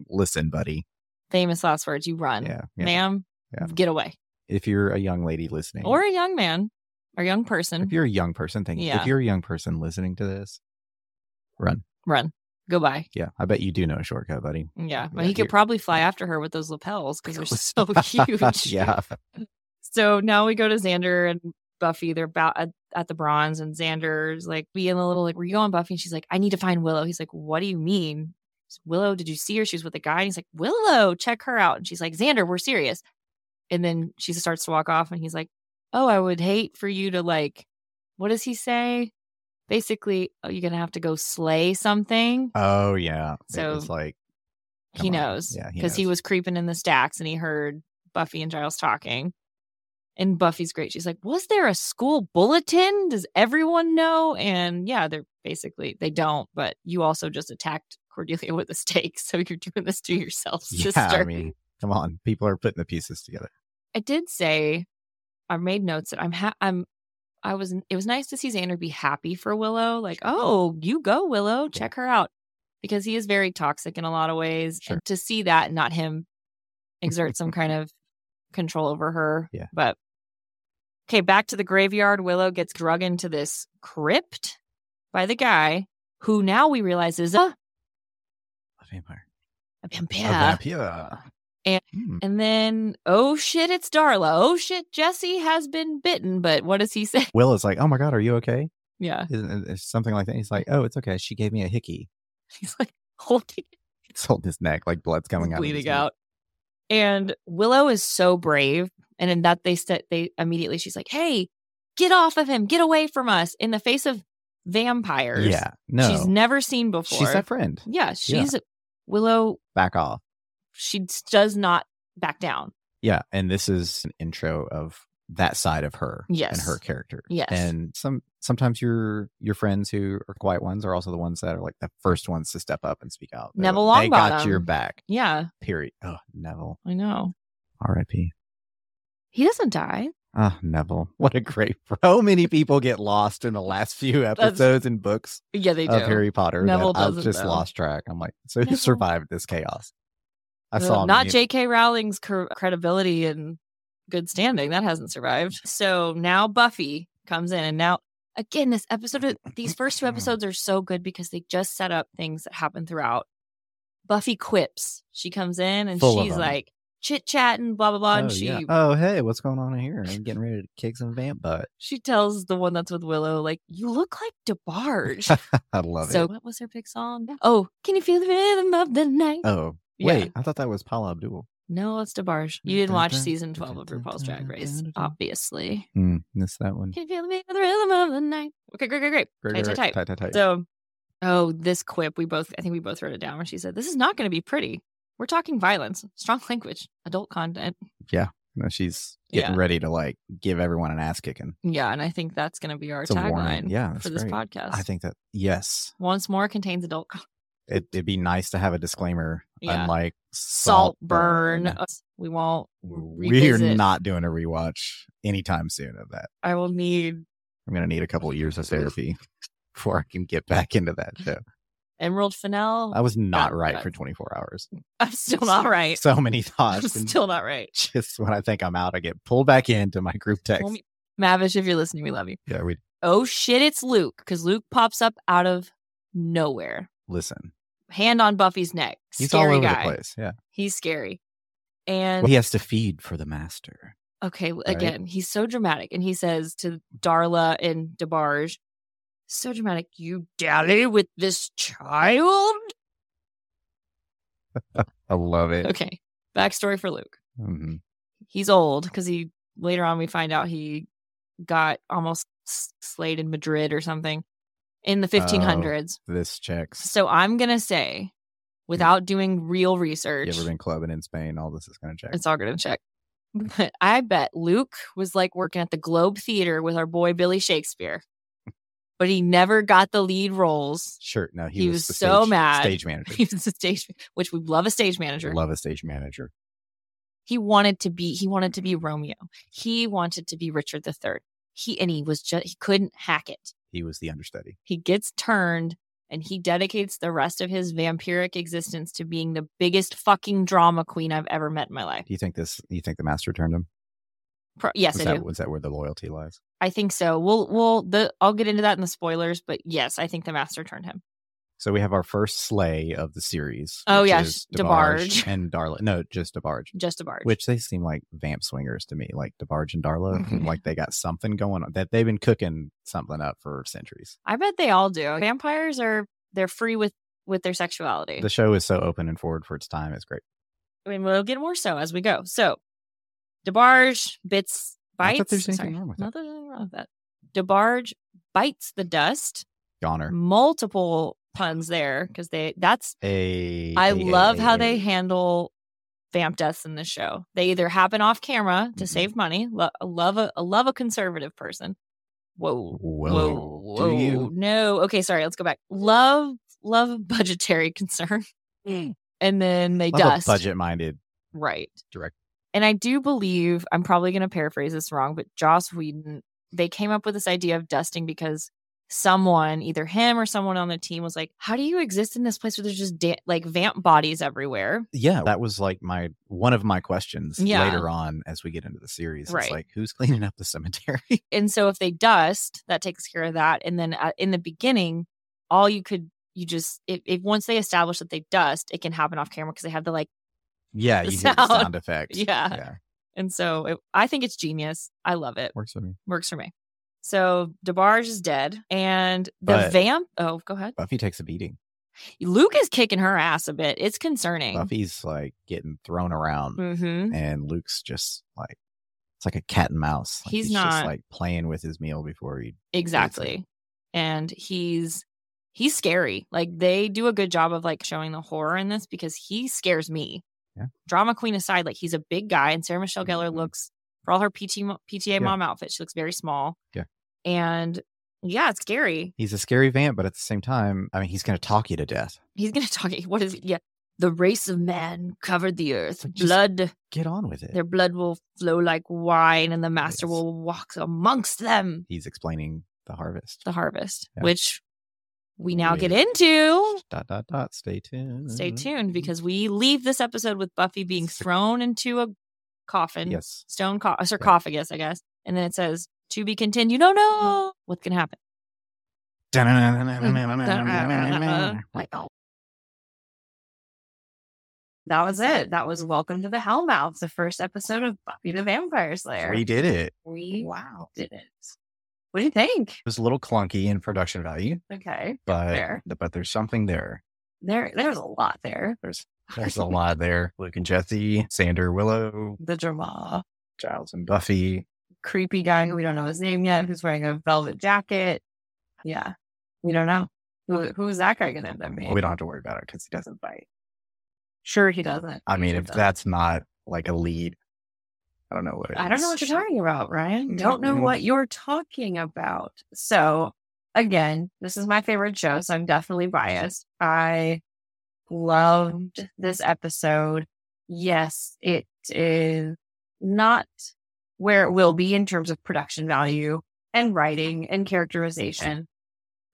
Listen, buddy. famous last words you run, Yeah. yeah. ma'am, Yeah. get away. If you're a young lady listening. Or a young man or young person, if you're a young person, thank you. Yeah. If you're a young person listening to this, run. run, go by. Yeah. I bet you do know a shortcut, buddy. Yeah. Well, Yeah, he could here. probably fly after her with those lapels because they're so huge. yeah. So now we go to Xander and Buffy. They're about at, at the bronze, and Xander's like being a little like, "Where you going, Buffy?" And she's like, "I need to find Willow." He's like, "What do you mean, He's, Willow? Did you see her? She was with a guy." And he's like, "Willow, check her out." And she's like, "Xander, we're serious." And then she starts to walk off, and he's like, "Oh, I would hate for you to like, what does he say? Basically, oh, you're gonna have to go slay something." Oh yeah. So- it was like he Come on. knows Yeah, he because he knows. was creeping in the stacks and he heard Buffy and Giles talking. And Buffy's great. She's like, "Was there a school bulletin? Does everyone know?" And yeah, they're basically they don't. But you also just attacked Cordelia with a stake, so you're doing this to yourself, sister. Yeah, I mean, come on. People are putting the pieces together. I did say I made notes that I'm ha- I'm I was it was nice to see Xander be happy for Willow. Like, oh, you go, Willow, check her out. Because he is very toxic in a lot of ways. Sure. And to see that and not him exert some kind of control over her. Yeah. But okay, back to the graveyard. Willow gets drug into this crypt by the guy who now we realize is a, A vampire. a A vampire. vampire. And- Hmm. and then, oh shit, it's Darla. Oh shit, Jesse has been bitten. But what does he say? Will is like, oh my god, are you okay? Yeah. Isn't it- it's Something like that. He's like, oh, it's okay. She gave me a hickey. He's like holding it, It's holding his neck, like blood's coming out, of his bleeding neck. out. And Willow is so brave. And in that they said they immediately she's like, Hey, get off of him, get away from us in the face of vampires. Yeah, no, She's never seen before. she's that friend. yeah, she's Willow, Back off. she s- does not back down. Yeah, and this is an intro of that side of her and Yes. her character. Yes. and some sometimes your your friends who are quiet ones are also the ones that are like the first ones to step up and speak out. They're Neville like, They got your Longbottom. back. Yeah, Period. Oh, Neville. I know. R.I.P. He doesn't die. Ah, Neville. What a great. So many people get lost in the last few episodes and books Yeah, they do. of Harry Potter. Neville that I've doesn't, just though. lost track. I'm like, so who Neville. survived this chaos? I Ugh, saw him not mute. J.K. Rowling's cr- credibility and good standing. That hasn't survived. So now Buffy comes in, and now again, this episode, of, these first two Mm. episodes are so good because they just set up things that happen throughout. Buffy quips. She comes in and Full of she's them. like chit chatting, blah blah blah, Oh, and she yeah. oh, hey, what's going on here? I'm getting ready to kick some vamp butt. she tells the one that's with Willow, like, "You look like DeBarge." I love so it. what was her big song? Oh, can you feel the rhythm of the night? Oh, Yeah. wait. I thought that was Paula Abdul. No, it's DeBarge. You didn't Dun, watch dun, season dun, 12 of dun, dun, RuPaul's Drag dun, Race, dun, dun. obviously. Hmm, missed that one. Can you feel the beat of the rhythm of the night? Okay, great, great, great. Great, Type, great, type, type. tight, tight, tight. So, oh, this quip, we both, I think we both wrote it down where she said, This is not going to be pretty. We're talking violence, strong language, adult content. No, she's getting Yeah. ready to like give everyone an ass kicking. Yeah. And I think that's going to be our It's a warning. tagline Yeah, for that's this great. podcast. I think that yes, Once more contains adult con- it, it'd be nice to have a disclaimer. Yeah. Unlike salt burn. We won't. we're revisit. not doing a rewatch anytime soon of that. I will need I'm gonna need a couple of years of therapy before I can get back into that show. Emerald Fennel. I was not God, right God. for 24 hours. I'm still not right. So many Eh. I'm thoughts. and still not right. just when I think I'm out, I get pulled back into my group text. Well, me- Mavish, if you're listening, we love you. yeah, we Oh shit, it's Luke because Luke pops up out of nowhere, listen. hand on Buffy's neck. He's scary all over guy. the place. Yeah, He's scary. And he has to feed for the master. okay, well, Right. again, he's so dramatic, and he says to Darla and DeBarge, "So dramatic, you dally with this child." I love it. Okay, backstory for Luke. Mhm. He's old because he later on we find out he got almost s- slayed in Madrid or something in the Oh. 1500s. This checks. So I'm going to say, without doing real research, You ever been clubbing in Spain? All this is gonna check. it's all going to check. But I bet Luke was like working at the Globe Theater with our boy Billy Shakespeare, but he never got the lead roles. Sure. No, he, He was was, the so stage, mad. Stage manager. He was a stage, which we love a stage manager. Love a stage manager. he wanted to be, he wanted to be Romeo. He wanted to be Richard the Third. He and he was just he couldn't hack it. He was the understudy. He gets turned and he dedicates the rest of his vampiric existence to being the biggest fucking drama queen I've ever met in my life. Do you think this? You think the master turned him? Pro- yes, was I that do. was that where the loyalty lies? I think so. We'll we'll the I'll get into that in the spoilers, but yes, I think the master turned him. So we have our first sleigh of the series. Oh, which yeah, is DeBarge. and Darla. No, just DeBarge. Just a barge. Which they seem like vamp swingers to me, like DeBarge and Darla, and like they got something going on that they've been cooking something up for centuries. I bet they all do. Vampires are they're free with with their sexuality. The show is so open and forward for its time; it's great. I mean, we'll get more so as we go. So, DeBarge bits Not bites. that there's anything Sorry, wrong with not it. that there's anything wrong with that. DeBarge bites the dust. Goner. Multiple puns there because they that's A. I a- a- love a- how a- they handle vamp deaths in this show. They either happen off camera to Mhm. save money. Lo- I love a I love a conservative person. Whoa, whoa, Whoa. whoa, Do you? no. Okay, sorry. Let's go back. Love love budgetary concern, and then they Mm. Love a dust budget-minded right director. and I do believe I'm probably going to paraphrase this wrong, but Joss Whedon they came up with this idea of dusting because someone, either him or someone on the team, was like, "How do you exist in this place where there's just da- like vamp bodies everywhere?" yeah that was like my one of my questions Yeah. later on as we get into the series Right. it's like who's cleaning up the cemetery And so if they dust, that takes care of that. And then uh, in the beginning, all you could you just if, if once they establish that they dust, it can happen off camera because they have the like. yeah The you hear the sound. sound effect Yeah. And so it, I think it's genius. I love it. works for me Works for me. So DeBarge is dead, and the But- vamp. Oh, go ahead. buffy takes a beating Luke is kicking her ass a bit. It's concerning. buffy's like getting thrown around hmm and luke's just like it's like a cat and mouse Like, He's just not- like playing with his meal before he Exactly. And he's he's scary. Like they do a good job of like showing the horror in this because he scares me. Yeah. Drama queen aside, like he's a big guy, and Sarah Michelle Gellar Mhm. looks for all her PT, mo- PTA mom outfit, she looks very small. Yeah. And yeah, it's scary. he's a scary vamp but at the same time i mean he's gonna talk you to death He's gonna talk. What is? Yeah. the race of man covered the earth. Like, just- blood, Get on with it. their blood will flow like wine, and the master Yes. will walk amongst them. He's explaining the harvest. The harvest, Yeah. which we now get Which- into. Dot dot dot. Stay tuned. Stay tuned because we leave this episode with Buffy being Mm-hmm. Sick. thrown into a coffin, yes, stone co- a sarcophagus, I guess, and then it says to be continued. You don't know Mm-hmm. what can happen. That was it. oh. That was Welcome to the Hellmouth, the first episode of Buffy the Vampire Slayer. we did it. It We Wow. did it. What do you think? was a little clunky in production value, Okay. but Fair. but there's something there. There there's a lot there. There's there's a lot there. Luke and Jesse, Sander, Willow, The drama. Giles and Buffy. Creepy guy who we don't know his name yet, who's wearing a velvet jacket. Yeah. We don't know. Who who is that guy gonna end up being? Well, we don't have to worry about it because he doesn't bite. Sure he doesn't. I mean, Sure if doesn't. that's not like a lead, I don't know what. it I don't know is. what you're talking about, Ryan. Don't know Mm. what you're talking about. So, again, this is my favorite show, so I'm definitely biased. I loved this episode. Yes, it is not where it will be in terms of production value and writing and characterization,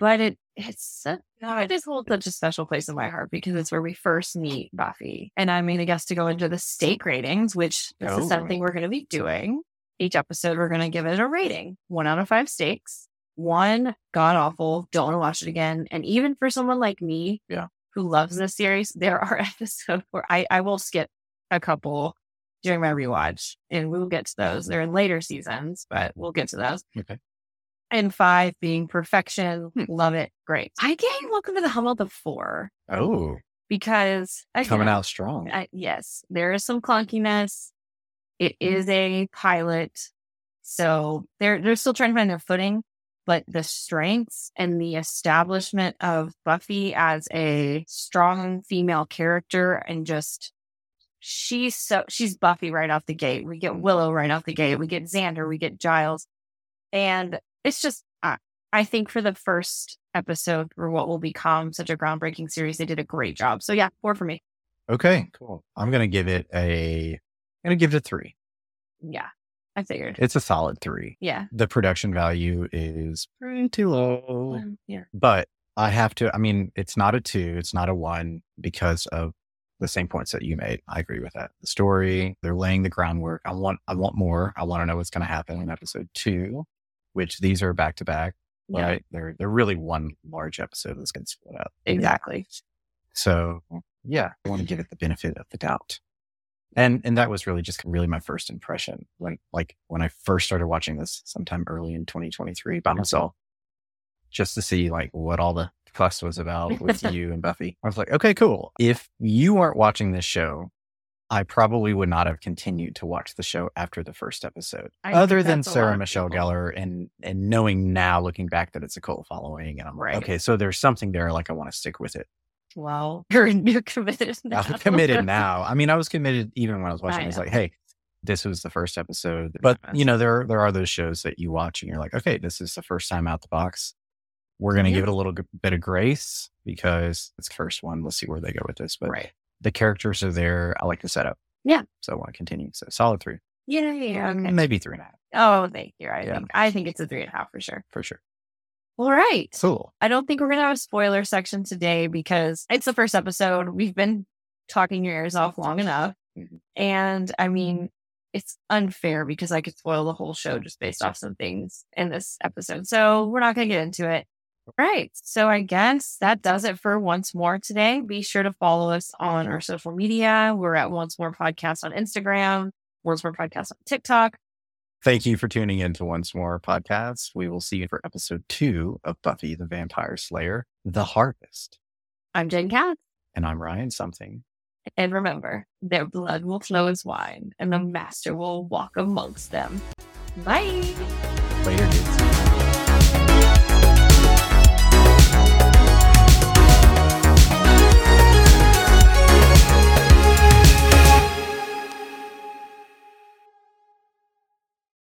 but it it's su- no, it just holds such a special place in my heart because it's where we first meet Buffy. And I'm going to guess to go into the stake ratings, which this Oh. is something we're going to be doing. Each episode, we're going to give it a rating one out of five stakes, one god awful, don't want to watch it again. And even for someone like me, Yeah. who loves this series, there are episodes where I, I will skip a couple during my rewatch, and we will get to those. They're in later seasons, but we'll get to those. Okay. And five being perfection. Hmm. Love it. Great. I gave Welcome to the Hummel the four Oh, because again, coming out strong. I, yes, there is some clunkiness. It is a pilot, so they're they're still trying to find their footing. But the strengths and the establishment of Buffy as a strong female character and just she's so she's Buffy right off the gate. We get Willow right off the gate. We get Xander. We get Giles, and it's just I, I think for the first episode for what will become such a groundbreaking series, they did a great job. So yeah, four for me. Okay, cool. I'm gonna give it a. I'm gonna give it a three. Yeah, I figured. It's a solid three. Yeah. The production value is pretty low, Um, yeah. but I have to. I mean, it's not a two. It's not a one because of the same points that you made. I agree with that. The story, they're laying the groundwork. I want. I want more. I want to know what's gonna happen in episode two, which these are back to back. Yeah. Right? They're they're really one large episode that's gonna split up. Exactly. So Mm. yeah, I want to give it the benefit of the doubt. And and that was really just really my first impression. Like like when I first started watching this sometime early in 2023 Mm-hmm. by myself, just to see like what all the fuss was about with you and Buffy. I was like, okay, cool. If you aren't watching this show, I probably would not have continued to watch the show after the first episode. I think Other than that's a lot Sarah of Michelle people. Gellar and and knowing now looking back that it's a cult following and I'm like, Right. okay, so there's something there like I want to stick with it. Well, you're, you're committed now. I'm committed now. I mean, I was committed even when I was watching. I it. It's know. like, hey, this was the first episode. But Yeah. you know, there there are those shows that you watch and you're like, okay, this is the first time out the box. We're gonna Yeah. give it a little g- bit of grace because it's the first one. Let's see where they go with this. But right. the characters are there. I like the setup. Yeah. So I want to continue. So solid three, Yeah. Yeah. Okay. maybe three and a half Oh, thank you. I Mm. Yeah. think I think it's a three and a half for sure. for sure. All right. Cool. I don't think we're gonna have a spoiler section today because it's the first episode. We've been talking your ears off long enough, Mhm. and I mean, it's unfair because I could spoil the whole show just based off some things in this episode. So we're not gonna get into it. Right. So I guess that does it for once more today. Be sure to follow us on our social media. We're at Once More Podcast on Instagram, Once More Podcast on TikTok. Thank you for tuning in to Once More Podcast. We will see you for episode two of Buffy the Vampire Slayer, The Harvest. I'm Jen Katz. And I'm Ryan something. And remember, their blood will flow as wine, and the master will walk amongst them. Bye. Later, dudes.